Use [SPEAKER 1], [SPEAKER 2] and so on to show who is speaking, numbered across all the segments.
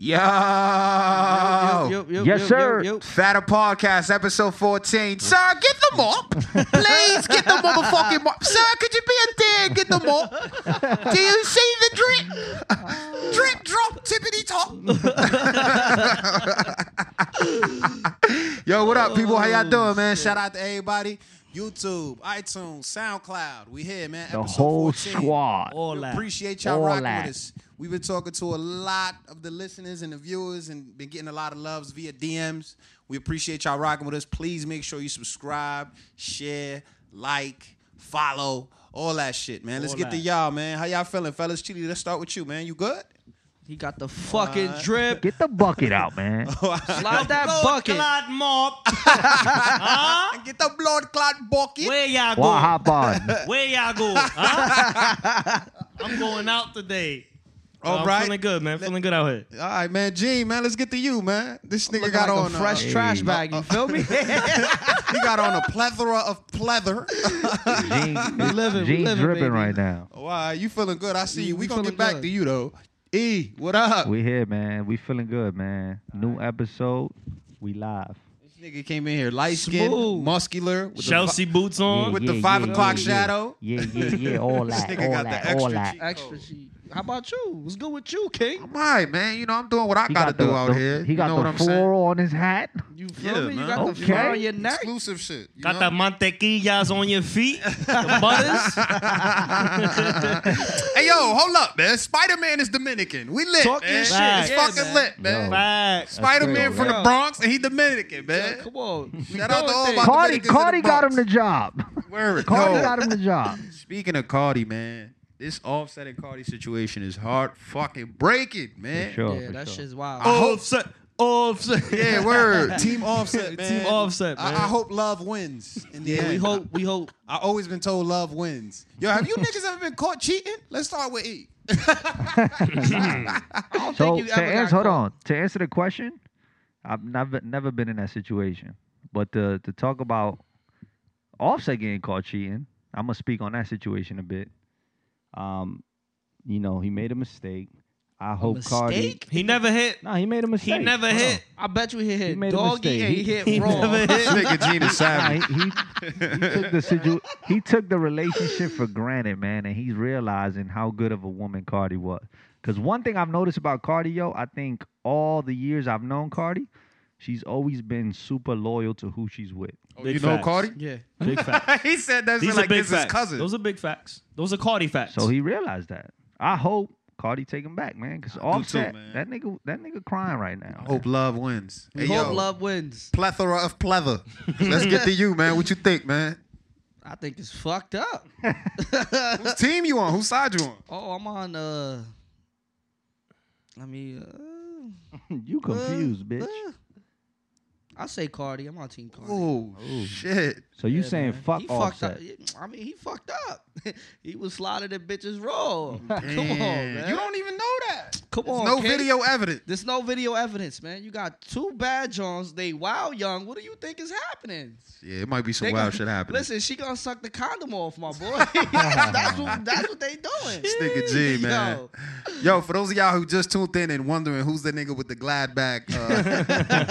[SPEAKER 1] Yo,
[SPEAKER 2] Oh. Yes, sir.
[SPEAKER 1] Fatter Podcast, episode 14. Sir, get the mop. Please get the motherfucking mop. Sir, could you be a dear and get the mop? Do you see the drip? drip, drop, tippity top. Yo, what up, people? How y'all doing, man? Shout out to everybody.
[SPEAKER 3] YouTube, iTunes, SoundCloud. We here, man.
[SPEAKER 2] The
[SPEAKER 3] Episode
[SPEAKER 2] whole
[SPEAKER 3] 14.
[SPEAKER 2] squad.
[SPEAKER 4] All
[SPEAKER 3] We
[SPEAKER 4] that.
[SPEAKER 3] Appreciate y'all
[SPEAKER 2] All
[SPEAKER 3] rocking
[SPEAKER 2] that.
[SPEAKER 3] with us. We've been talking to a lot of the listeners and the viewers and been getting a lot of loves via DMs. We appreciate y'all rocking with us. Please make sure you subscribe, share, like, follow, all that shit, man. Let's
[SPEAKER 4] All
[SPEAKER 3] get to
[SPEAKER 4] that.
[SPEAKER 3] y'all, man. How y'all feeling, fellas? Chili, let's start with you, man. You good?
[SPEAKER 4] He got the fucking drip.
[SPEAKER 2] Get the bucket out, man.
[SPEAKER 3] Oh.
[SPEAKER 4] Slide that
[SPEAKER 3] Blood
[SPEAKER 4] bucket.
[SPEAKER 3] clot
[SPEAKER 4] mop.
[SPEAKER 3] And get the blood clot bucket.
[SPEAKER 4] Where y'all go?
[SPEAKER 2] Why hop on?
[SPEAKER 4] Where y'all go? huh? I'm going out today.
[SPEAKER 3] All
[SPEAKER 4] I'm
[SPEAKER 3] right.
[SPEAKER 4] feeling good, man. Feeling good out here.
[SPEAKER 3] All right, man. Gene, man, let's get to you, man. This nigga got
[SPEAKER 4] like
[SPEAKER 3] on
[SPEAKER 4] a
[SPEAKER 3] uh,
[SPEAKER 4] fresh trash bag. You feel me?
[SPEAKER 3] He got on a plethora of pleather.
[SPEAKER 2] Gene,
[SPEAKER 4] living, we
[SPEAKER 2] Gene
[SPEAKER 4] living,
[SPEAKER 2] dripping
[SPEAKER 4] baby.
[SPEAKER 2] right now.
[SPEAKER 3] Why you feeling good? I see you.
[SPEAKER 4] We
[SPEAKER 3] We gonna
[SPEAKER 4] feeling
[SPEAKER 3] get back
[SPEAKER 4] good.
[SPEAKER 1] Mm.
[SPEAKER 3] to you though. E, what up?
[SPEAKER 2] We here, man. We feeling good, man. New episode. We live.
[SPEAKER 3] This nigga came in here light skinned,
[SPEAKER 4] Smooth.
[SPEAKER 3] muscular, with
[SPEAKER 4] Chelsea boots
[SPEAKER 2] Yeah,
[SPEAKER 4] on.
[SPEAKER 3] With the
[SPEAKER 2] yeah,
[SPEAKER 3] five
[SPEAKER 2] yeah,
[SPEAKER 3] o'clock
[SPEAKER 2] yeah,
[SPEAKER 3] shadow.
[SPEAKER 2] Yeah, yeah, yeah. yeah. All that.
[SPEAKER 3] nigga
[SPEAKER 2] all
[SPEAKER 3] got the
[SPEAKER 2] that.
[SPEAKER 3] extra
[SPEAKER 2] all that.
[SPEAKER 3] cheek.
[SPEAKER 4] Extra sheet. How about you? What's good with you, King?
[SPEAKER 3] The, all right, man. You know I'm doing what I
[SPEAKER 2] He
[SPEAKER 3] gotta
[SPEAKER 2] got the-
[SPEAKER 3] do out
[SPEAKER 2] the-
[SPEAKER 3] here.
[SPEAKER 2] He
[SPEAKER 3] you know
[SPEAKER 2] got
[SPEAKER 3] what
[SPEAKER 2] the
[SPEAKER 3] I'm saying?
[SPEAKER 2] floral on his hat.
[SPEAKER 4] You feel
[SPEAKER 3] Yeah,
[SPEAKER 4] me?
[SPEAKER 3] man.
[SPEAKER 4] You got
[SPEAKER 2] Okay.
[SPEAKER 4] the fur on your neck.
[SPEAKER 3] Exclusive shit. you
[SPEAKER 4] Got
[SPEAKER 3] know?
[SPEAKER 4] that mantequillas on your feet. The butters.
[SPEAKER 3] Hey yo, hold up, man. Spider Man is Dominican. We lit,
[SPEAKER 4] Talk your
[SPEAKER 3] man. It's
[SPEAKER 4] shit. Yeah,
[SPEAKER 3] fucking
[SPEAKER 4] man.
[SPEAKER 3] lit, man.
[SPEAKER 2] Yo.
[SPEAKER 4] Facts.
[SPEAKER 3] Spider Man
[SPEAKER 2] That's
[SPEAKER 3] from the
[SPEAKER 4] real.
[SPEAKER 3] Bronx and he Dominican, man.
[SPEAKER 4] Come on.
[SPEAKER 3] Shout out to all my
[SPEAKER 2] Cardi,
[SPEAKER 3] Dominicans in the
[SPEAKER 2] Cardi got him
[SPEAKER 3] Bronx.
[SPEAKER 2] the job.
[SPEAKER 3] Word.
[SPEAKER 2] Cardi
[SPEAKER 3] Yo,
[SPEAKER 2] got him the job.
[SPEAKER 3] Speaking of Cardi, man, this offset and Cardi situation is hard fucking breaking, man.
[SPEAKER 2] Sure.
[SPEAKER 4] Yeah,
[SPEAKER 2] for
[SPEAKER 4] that
[SPEAKER 2] sure.
[SPEAKER 4] shit's wild.
[SPEAKER 5] Oh,
[SPEAKER 3] Offset.
[SPEAKER 4] Offset.
[SPEAKER 3] Yeah, word. Team offset,
[SPEAKER 4] Team Offset,
[SPEAKER 3] I,
[SPEAKER 4] man.
[SPEAKER 3] I hope love wins. In the
[SPEAKER 4] Yeah,
[SPEAKER 3] end.
[SPEAKER 4] we hope. We hope.
[SPEAKER 3] I always been told love wins. Yo, have you niggas ever been caught cheating? Let's start with E.
[SPEAKER 4] I don't
[SPEAKER 2] So
[SPEAKER 4] think you
[SPEAKER 2] to
[SPEAKER 4] ever got
[SPEAKER 2] answer,
[SPEAKER 4] caught.
[SPEAKER 2] hold on. To answer the question, I've never never been in that situation. But to to talk about Offset getting caught cheating, I'm gonna speak on that situation a bit. Um, you know, he made a mistake. I hope Cardi.
[SPEAKER 4] Mistake? He never hit.
[SPEAKER 2] No, he made a mistake.
[SPEAKER 4] He never
[SPEAKER 2] Hold
[SPEAKER 4] hit. I bet you he hit
[SPEAKER 2] made a
[SPEAKER 4] doggy
[SPEAKER 2] mistake.
[SPEAKER 4] and he,
[SPEAKER 2] He-
[SPEAKER 4] hit
[SPEAKER 2] he
[SPEAKER 4] wrong.
[SPEAKER 2] never
[SPEAKER 3] This nigga Gene is
[SPEAKER 2] on. Nah, he, he, he took the situ- he took the relationship for granted, man, and he's realizing how good of a woman Cardi was. Because one thing I've noticed about Cardi, yo, I think all the years I've known Cardi, she's always been super loyal to who she's with.
[SPEAKER 3] Oh, You know Cardi?
[SPEAKER 4] Yeah.
[SPEAKER 5] Big facts.
[SPEAKER 3] he said that
[SPEAKER 5] These
[SPEAKER 3] shit
[SPEAKER 5] are
[SPEAKER 3] like
[SPEAKER 5] big
[SPEAKER 3] this
[SPEAKER 5] facts.
[SPEAKER 3] is cousin.
[SPEAKER 5] Those are big facts. Those are Cardi facts.
[SPEAKER 2] So he realized that. I hope Cardi take him back, man. Because Offset,
[SPEAKER 3] man.
[SPEAKER 2] that nigga, that nigga crying right now.
[SPEAKER 3] hope love wins.
[SPEAKER 4] We
[SPEAKER 3] Hey,
[SPEAKER 4] hope
[SPEAKER 3] yo,
[SPEAKER 4] love wins.
[SPEAKER 3] Plethora of pleather. Let's get to you, man. What you think, man?
[SPEAKER 4] I think it's fucked up.
[SPEAKER 3] Whose team you on? Whose side you on?
[SPEAKER 4] oh, I'm on. Uh, I mean, uh,
[SPEAKER 2] you confused, bitch.
[SPEAKER 4] uh. I say Cardi. I'm on Team Cardi.
[SPEAKER 3] Oh, shit.
[SPEAKER 2] So you
[SPEAKER 4] Yeah,
[SPEAKER 2] saying
[SPEAKER 4] man.
[SPEAKER 2] fuck
[SPEAKER 4] he fucked
[SPEAKER 2] Offset?
[SPEAKER 4] up. I mean, he fucked up. he was sliding the bitches roll. Come on,
[SPEAKER 3] Damn.
[SPEAKER 4] man.
[SPEAKER 3] You don't even know that.
[SPEAKER 4] Come
[SPEAKER 3] There's
[SPEAKER 4] on.
[SPEAKER 3] no
[SPEAKER 4] King.
[SPEAKER 3] video evidence.
[SPEAKER 4] There's no video evidence, man. You got two bad Johns. They wow young. What do you think is happening?
[SPEAKER 3] Yeah, it might be some
[SPEAKER 4] They
[SPEAKER 3] wild
[SPEAKER 4] gonna-
[SPEAKER 3] shit happening.
[SPEAKER 4] Listen, she gonna suck the condom off, my boy. that's, what, that's what they doing.
[SPEAKER 3] This nigga G, man.
[SPEAKER 4] Yo,
[SPEAKER 3] Yo, for those of y'all who just tuned in and wondering who's the nigga with the glad bag, uh,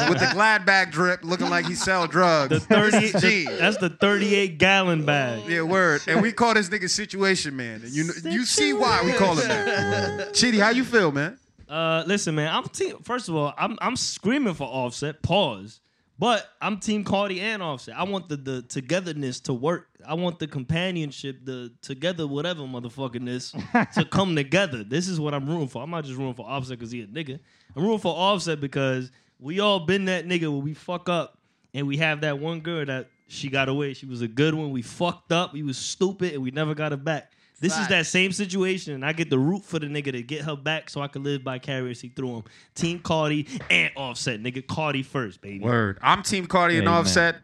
[SPEAKER 3] with the glad bag drip, looking like he sell drugs.
[SPEAKER 5] the 30,
[SPEAKER 3] This is G.
[SPEAKER 5] the- that's the 38 gallon bag.
[SPEAKER 3] yeah, word. And we call this nigga Situation Man. And you kn- you see why we call him that. Chitty, how you feel, man?
[SPEAKER 5] Uh, listen, man. I'm team. First of all, I'm I'm screaming for Offset. Pause. But I'm Team Cardi and Offset. I want the, the togetherness to work. I want the companionship, the together whatever motherfuckingness to come together. This is what I'm rooting for. I'm not just rooting for Offset because he a nigga. I'm rooting for Offset because we all been that nigga where we fuck up and we have that one girl that she got away. She was a good one. We fucked up. We was stupid and we never got her back. This is
[SPEAKER 4] Facts.
[SPEAKER 5] that same situation, and I get the root for the nigga to get her back so I can live vicariously through him. Team Cardi and Offset, nigga. Cardi first, baby.
[SPEAKER 3] Word. I'm Team Cardi and
[SPEAKER 2] Amen.
[SPEAKER 3] Offset.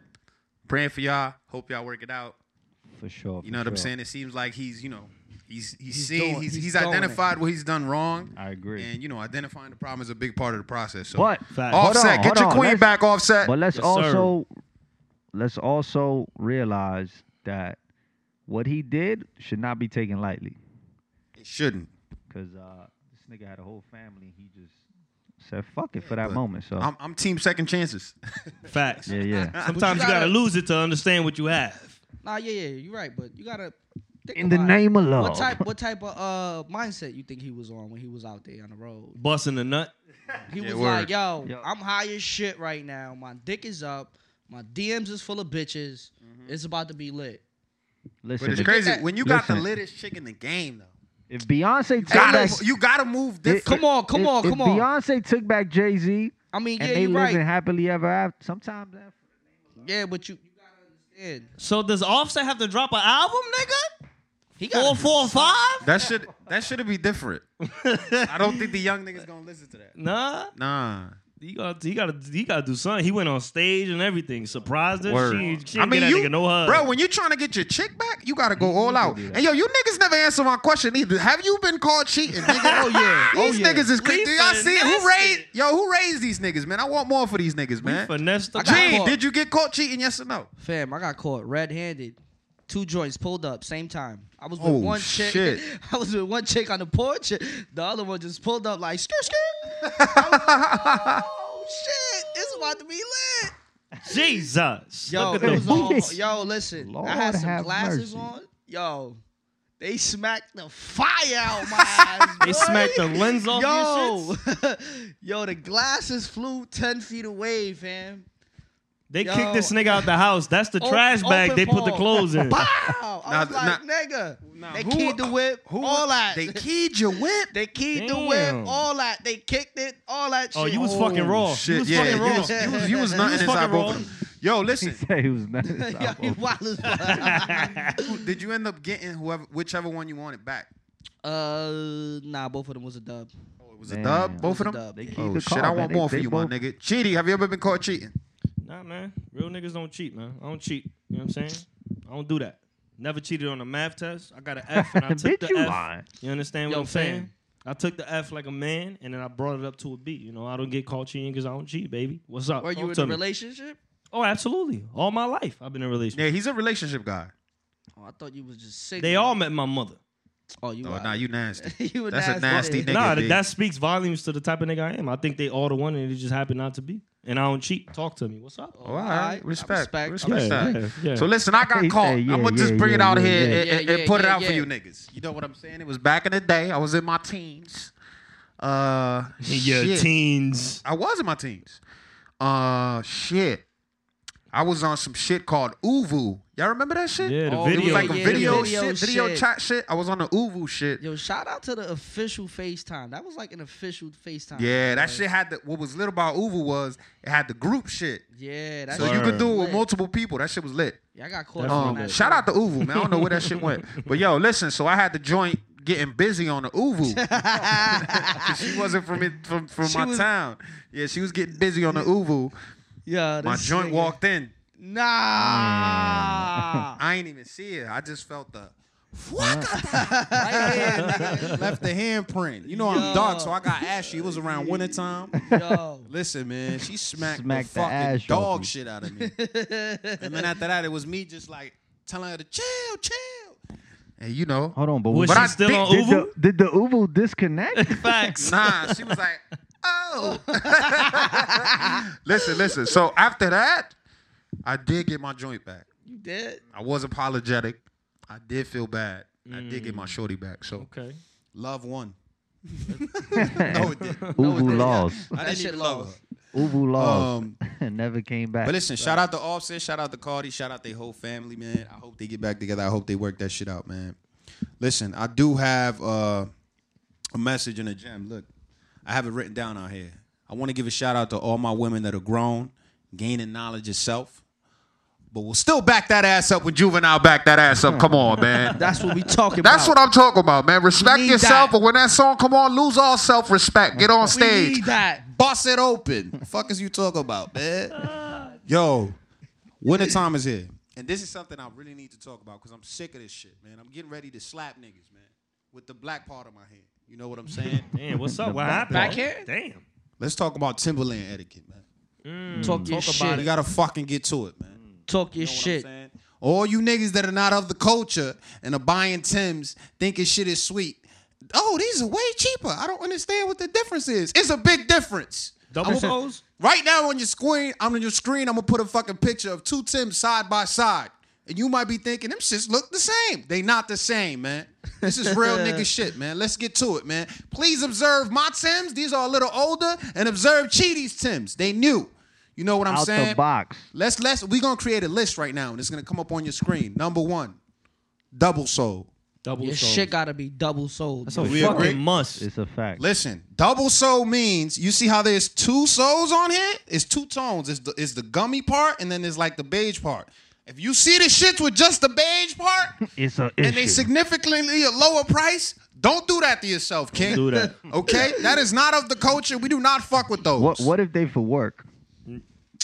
[SPEAKER 3] Praying for y'all. Hope y'all work it out.
[SPEAKER 2] For sure.
[SPEAKER 3] You know what
[SPEAKER 2] for
[SPEAKER 3] I'm
[SPEAKER 2] sure.
[SPEAKER 3] saying? It seems like he's, you know, he's he's,
[SPEAKER 4] He's
[SPEAKER 3] seen,
[SPEAKER 4] doing-
[SPEAKER 3] he's, he's,
[SPEAKER 4] he's doing it.
[SPEAKER 3] identified what he's done wrong.
[SPEAKER 2] I agree.
[SPEAKER 3] And you know, identifying the problem is a big part of the process. So
[SPEAKER 2] But
[SPEAKER 5] Facts.
[SPEAKER 2] hold
[SPEAKER 3] offset,
[SPEAKER 2] on,
[SPEAKER 3] get
[SPEAKER 2] hold
[SPEAKER 3] your
[SPEAKER 2] on.
[SPEAKER 3] queen
[SPEAKER 2] Let's-
[SPEAKER 3] back offset.
[SPEAKER 2] But let's
[SPEAKER 5] Yes, sir.
[SPEAKER 2] also let's also realize that what he did should not be taken lightly.
[SPEAKER 3] It shouldn't.
[SPEAKER 2] Cause uh, this nigga had a whole family. He just said fuck it for that moment. So
[SPEAKER 3] I'm, I'm team second chances.
[SPEAKER 5] Facts.
[SPEAKER 2] yeah, yeah.
[SPEAKER 5] Sometimes
[SPEAKER 4] But
[SPEAKER 5] you
[SPEAKER 4] you
[SPEAKER 5] gotta
[SPEAKER 4] gotta-
[SPEAKER 5] lose it to understand what you have.
[SPEAKER 4] Nah, yeah, yeah, you're right, but you gotta. Think
[SPEAKER 2] In the
[SPEAKER 4] about
[SPEAKER 2] name of
[SPEAKER 4] What
[SPEAKER 2] love.
[SPEAKER 4] type? What type of uh mindset you think he was on when he was out there on the road?
[SPEAKER 5] Busting a nut.
[SPEAKER 4] He
[SPEAKER 3] Yeah,
[SPEAKER 4] was
[SPEAKER 3] word.
[SPEAKER 4] like, yo,
[SPEAKER 2] Yo.
[SPEAKER 4] I'm high as shit right now. My dick is up. My DMs is full of bitches.
[SPEAKER 3] Mm-hmm.
[SPEAKER 4] It's about to be lit.
[SPEAKER 2] Listen,
[SPEAKER 3] But it's
[SPEAKER 2] if-
[SPEAKER 3] crazy
[SPEAKER 4] that-
[SPEAKER 3] when you got the
[SPEAKER 2] Listen.
[SPEAKER 3] littest chick in the game though.
[SPEAKER 2] if Beyonce took
[SPEAKER 3] Gotta,
[SPEAKER 2] back,
[SPEAKER 3] you gotta move different.
[SPEAKER 4] Come on, come
[SPEAKER 2] if-
[SPEAKER 4] on,
[SPEAKER 2] if
[SPEAKER 4] come on.
[SPEAKER 2] Beyonce took back Jay Z
[SPEAKER 4] I mean,
[SPEAKER 2] and
[SPEAKER 4] yeah,
[SPEAKER 2] they
[SPEAKER 4] you're
[SPEAKER 2] living
[SPEAKER 4] right.
[SPEAKER 2] happily ever after, sometimes that
[SPEAKER 4] Yeah, but you, you gotta understand.
[SPEAKER 5] So does Offset have to drop an album, nigga?
[SPEAKER 4] He got
[SPEAKER 5] Four, four, five?
[SPEAKER 3] That should that should be different. I don't think the young niggas gonna listen to that.
[SPEAKER 5] Nah.
[SPEAKER 3] Nah.
[SPEAKER 5] You gotta, you gotta, you gotta do something. He went on stage and everything. Surprised her.
[SPEAKER 3] Word.
[SPEAKER 5] She, she I mean, that nigga no hug.
[SPEAKER 3] bro, when you trying to get your chick back, you gotta go all out. And yo, you niggas never answer my question either. Have you been called cheating? Nigga?
[SPEAKER 4] Oh yeah, oh
[SPEAKER 3] These
[SPEAKER 4] yeah.
[SPEAKER 3] niggas is
[SPEAKER 5] We
[SPEAKER 3] crazy. Y'all see it? Who
[SPEAKER 5] finessed
[SPEAKER 3] raised?
[SPEAKER 5] it.
[SPEAKER 3] Yo, who raised these niggas, man? I want more for these niggas,
[SPEAKER 5] we
[SPEAKER 3] man.
[SPEAKER 5] finessed the
[SPEAKER 4] I got
[SPEAKER 5] cop.
[SPEAKER 3] Gene,
[SPEAKER 4] caught.
[SPEAKER 3] did you get caught cheating? Yes or no?
[SPEAKER 4] Fam, I got caught red-handed. Two joints pulled up same time. I was with
[SPEAKER 3] Oh,
[SPEAKER 4] one chick.
[SPEAKER 3] shit.
[SPEAKER 4] I was with one chick on the porch. The other one just pulled up like skirt skirt. oh shit! It's about to be lit.
[SPEAKER 5] Jesus.
[SPEAKER 4] Yo,
[SPEAKER 5] Look
[SPEAKER 4] it
[SPEAKER 5] at
[SPEAKER 4] was
[SPEAKER 5] the
[SPEAKER 4] all,
[SPEAKER 2] boots.
[SPEAKER 4] yo, listen.
[SPEAKER 2] Lord
[SPEAKER 4] I had some
[SPEAKER 2] have
[SPEAKER 4] glasses
[SPEAKER 2] mercy.
[SPEAKER 4] on. Yo, they smacked the fire out my eyes.
[SPEAKER 5] They
[SPEAKER 4] boy.
[SPEAKER 5] smacked the lens off your
[SPEAKER 4] Yo,
[SPEAKER 5] shits.
[SPEAKER 4] yo, the glasses flew ten feet away, fam.
[SPEAKER 5] They
[SPEAKER 4] Yo.
[SPEAKER 5] kicked this nigga out the house. That's the
[SPEAKER 4] O-
[SPEAKER 5] trash bag
[SPEAKER 4] open
[SPEAKER 5] they put the
[SPEAKER 4] palm.
[SPEAKER 5] clothes in.
[SPEAKER 4] Wow, I
[SPEAKER 3] Nah,
[SPEAKER 4] was like, nigga, they
[SPEAKER 3] who-
[SPEAKER 4] keyed the whip, all that.
[SPEAKER 3] They keyed your whip.
[SPEAKER 4] They keyed the
[SPEAKER 5] Damn.
[SPEAKER 4] whip, all that. They kicked it, all that shit.
[SPEAKER 5] Oh, you was fucking raw.
[SPEAKER 3] Shit,
[SPEAKER 5] you was
[SPEAKER 3] yeah,
[SPEAKER 5] fucking
[SPEAKER 3] you
[SPEAKER 5] raw.
[SPEAKER 3] was, you was, you was nothing
[SPEAKER 5] was
[SPEAKER 3] inside
[SPEAKER 5] fucking
[SPEAKER 3] both
[SPEAKER 5] raw.
[SPEAKER 3] of them. Yo, listen,
[SPEAKER 2] he said he was nuts.
[SPEAKER 4] Yo, you wild as fuck.
[SPEAKER 3] who- did you end up getting whoever, whichever one you wanted back?
[SPEAKER 4] uh, nah, both of them was a dub.
[SPEAKER 3] Oh, it was a
[SPEAKER 2] Damn.
[SPEAKER 3] dub, both of
[SPEAKER 4] It was a
[SPEAKER 3] them.
[SPEAKER 4] dub.
[SPEAKER 2] They keep
[SPEAKER 3] Oh
[SPEAKER 2] the
[SPEAKER 3] shit,
[SPEAKER 2] car,
[SPEAKER 3] I
[SPEAKER 2] man.
[SPEAKER 3] want
[SPEAKER 2] They-
[SPEAKER 3] more for
[SPEAKER 2] they
[SPEAKER 3] you, my
[SPEAKER 2] both-
[SPEAKER 3] nigga. Cheaty, have you ever been caught cheating?
[SPEAKER 5] Nah, man. Real niggas don't cheat, man. I don't cheat. You know what I'm saying? I don't do that. Never cheated on a math test. I got an F and I took
[SPEAKER 2] Bitch,
[SPEAKER 5] the
[SPEAKER 2] you
[SPEAKER 5] F.
[SPEAKER 2] lying.
[SPEAKER 5] You understand what
[SPEAKER 4] Yo,
[SPEAKER 5] I'm saying?
[SPEAKER 4] fam.
[SPEAKER 5] I took the F like a man and then I brought it up to a B. You know, I don't get caught cheating because I don't cheat, baby. What's up?
[SPEAKER 4] Were you
[SPEAKER 5] Talk
[SPEAKER 4] in
[SPEAKER 5] to
[SPEAKER 4] a
[SPEAKER 5] Oh, me.
[SPEAKER 4] relationship?
[SPEAKER 5] Oh, absolutely. All my life I've been in a relationship.
[SPEAKER 3] Yeah, he's a relationship guy.
[SPEAKER 4] Oh, I thought you was just sick.
[SPEAKER 5] They all met my mother.
[SPEAKER 4] Oh, you.
[SPEAKER 3] Oh,
[SPEAKER 4] wild.
[SPEAKER 3] nah, you nasty.
[SPEAKER 4] You a
[SPEAKER 3] That's a
[SPEAKER 4] nasty
[SPEAKER 3] nasty
[SPEAKER 4] nigga.
[SPEAKER 3] nigga.
[SPEAKER 5] nah,
[SPEAKER 3] D.
[SPEAKER 5] that, that speaks volumes to the type of nigga I am. I think they all the one and it just happened not to be. And I don't cheat. Talk to me. What's up?
[SPEAKER 3] Oh, all right.
[SPEAKER 4] I
[SPEAKER 3] Respect.
[SPEAKER 4] respect, Oh, I
[SPEAKER 3] Respect.
[SPEAKER 5] respect. Yeah, yeah.
[SPEAKER 3] So listen, I got
[SPEAKER 2] He
[SPEAKER 3] caught.
[SPEAKER 2] said, yeah,
[SPEAKER 3] I'm gonna just
[SPEAKER 2] yeah,
[SPEAKER 3] bring it
[SPEAKER 2] yeah,
[SPEAKER 3] out
[SPEAKER 2] yeah,
[SPEAKER 3] here
[SPEAKER 2] yeah.
[SPEAKER 3] and, and-
[SPEAKER 4] Yeah,
[SPEAKER 3] and
[SPEAKER 4] yeah,
[SPEAKER 3] put it
[SPEAKER 4] yeah,
[SPEAKER 3] out for
[SPEAKER 4] yeah.
[SPEAKER 3] you niggas. You know what I'm saying? It was back in the day. I was in my teens. Uh,
[SPEAKER 5] In your
[SPEAKER 3] shit.
[SPEAKER 5] teens.
[SPEAKER 3] I was in my teens. Uh, shit. I was on some shit called Uvu. Y'all remember that shit?
[SPEAKER 5] Yeah, the
[SPEAKER 4] Oh,
[SPEAKER 5] video.
[SPEAKER 3] It was like a
[SPEAKER 4] yeah, yeah,
[SPEAKER 3] video,
[SPEAKER 4] video
[SPEAKER 3] shit, video
[SPEAKER 4] shit.
[SPEAKER 3] chat shit. I was on the Uvu shit.
[SPEAKER 4] Yo, shout out to the official FaceTime. That was like an official FaTime.
[SPEAKER 3] Yeah, that
[SPEAKER 4] Like,
[SPEAKER 3] shit had the. What was lit about Uvu was it had the group shit.
[SPEAKER 4] Yeah, that
[SPEAKER 3] So
[SPEAKER 4] shit
[SPEAKER 3] you could
[SPEAKER 4] was
[SPEAKER 3] do it with
[SPEAKER 4] lit.
[SPEAKER 3] multiple people. That shit was lit.
[SPEAKER 4] Yeah, I got caught.
[SPEAKER 5] Definitely
[SPEAKER 4] on
[SPEAKER 3] Um,
[SPEAKER 4] that.
[SPEAKER 3] shout out to Uvu, man. I don't know where that shit went. But yo, listen, so I had the joint getting busy on the Uvu. 'Cause she wasn't from it, from, from
[SPEAKER 4] She
[SPEAKER 3] my
[SPEAKER 4] was-
[SPEAKER 3] town. Yeah, she was getting busy on the Uvu.
[SPEAKER 4] yeah,
[SPEAKER 3] My
[SPEAKER 4] this
[SPEAKER 3] joint
[SPEAKER 4] nigga.
[SPEAKER 3] walked in.
[SPEAKER 4] Nah.
[SPEAKER 3] I ain't even see it. I just felt the Fuakata right here, nigga. Left the handprint. You know
[SPEAKER 4] Yo.
[SPEAKER 3] I'm dark, so I got ashy. It was around wintertime.
[SPEAKER 4] Yo.
[SPEAKER 3] Listen, man, she smacked,
[SPEAKER 2] Smacked the
[SPEAKER 3] the fucking
[SPEAKER 2] ash off
[SPEAKER 3] dog
[SPEAKER 2] you.
[SPEAKER 3] shit out of me. and then after that, it was me just like telling her to chill, chill. And you know,
[SPEAKER 2] Hold on, but
[SPEAKER 5] Was
[SPEAKER 2] what
[SPEAKER 5] she
[SPEAKER 3] I
[SPEAKER 5] still
[SPEAKER 3] did-
[SPEAKER 5] on
[SPEAKER 2] did
[SPEAKER 5] Uvu?
[SPEAKER 2] the, did the Uvu disconnect?
[SPEAKER 5] Facts.
[SPEAKER 3] Nah, she was like, oh. listen, listen. So after that, I did get my joint back.
[SPEAKER 4] You did?
[SPEAKER 3] I was apologetic. I did feel bad. I did get my shorty back. So
[SPEAKER 5] Okay.
[SPEAKER 3] love won. no, it didn't.
[SPEAKER 2] Uvu lost.
[SPEAKER 3] I
[SPEAKER 4] That
[SPEAKER 3] didn't
[SPEAKER 4] shit
[SPEAKER 3] even love
[SPEAKER 4] lost.
[SPEAKER 3] her.
[SPEAKER 2] Uvu lost. Never came back.
[SPEAKER 3] Um, But listen, shout out to Offset, shout out to Cardi, shout out their whole family, man. I hope they get back together. I hope they work that shit out, man. Listen, I do have uh, a message in the gym. Look, I have it written down out here. I want to give a shout out to all my women that are grown, gaining knowledge of self. But we'll still back that ass up when juvenile back that ass up. Come on, man.
[SPEAKER 4] That's what we talking
[SPEAKER 3] That's what
[SPEAKER 4] about.
[SPEAKER 1] I'm talking about, man. Respect
[SPEAKER 4] need that.
[SPEAKER 1] yourself, but when that song come on, lose all self respect. Get on
[SPEAKER 4] we
[SPEAKER 1] stage.
[SPEAKER 4] need that.
[SPEAKER 3] Bust it open. Fuck is you talk about, man? Yo, winter time is here. And this is something I really need to talk about because I'm sick of this shit, man. I'm getting ready to slap niggas, man, with the black part of my hand. You know what I'm saying?
[SPEAKER 5] Damn, what's up? What happened?
[SPEAKER 4] backhand?
[SPEAKER 5] Damn.
[SPEAKER 3] Let's talk about Timberland etiquette, man.
[SPEAKER 4] Talk your shit.
[SPEAKER 3] You gotta fucking get to it, man. You know
[SPEAKER 4] Talk your
[SPEAKER 3] what I'm
[SPEAKER 4] shit.
[SPEAKER 3] saying? All you niggas that are not of the culture and are buying Tim's thinking shit is sweet Oh, these are way cheaper. I don't understand what the difference is. It's a big difference.
[SPEAKER 5] Double pose?
[SPEAKER 3] Right now on your screen, I'm on your screen. I'm gonna put a fucking picture of two Tims side by side, and you might be thinking them shits look the same. They not the same, man. This is real nigga shit, man. Let's get to it, man. Please observe my Tims. These are a little older, and observe Cheaty's Tims. They new. You know what I'm
[SPEAKER 2] Out
[SPEAKER 3] saying?
[SPEAKER 2] the box.
[SPEAKER 3] Let's let's we gonna create a list right now, and it's gonna come up on your screen. Number one, double soul.
[SPEAKER 5] Double
[SPEAKER 4] Your
[SPEAKER 5] sold.
[SPEAKER 4] shit gotta be double sold.
[SPEAKER 5] That's a
[SPEAKER 4] bro.
[SPEAKER 3] We
[SPEAKER 5] fucking
[SPEAKER 3] agree.
[SPEAKER 5] must.
[SPEAKER 2] It's a fact.
[SPEAKER 3] Listen, double soul means you see how there's two souls on here. It's two tones. It's the it's the gummy part, and then there's like the beige part. If you see the shits with just the beige part,
[SPEAKER 2] It's a issue.
[SPEAKER 3] and they significantly a lower price, don't do that to yourself, kid.
[SPEAKER 5] do that.
[SPEAKER 3] Okay, that is not of the culture. We do not fuck with those.
[SPEAKER 2] what what if they for work?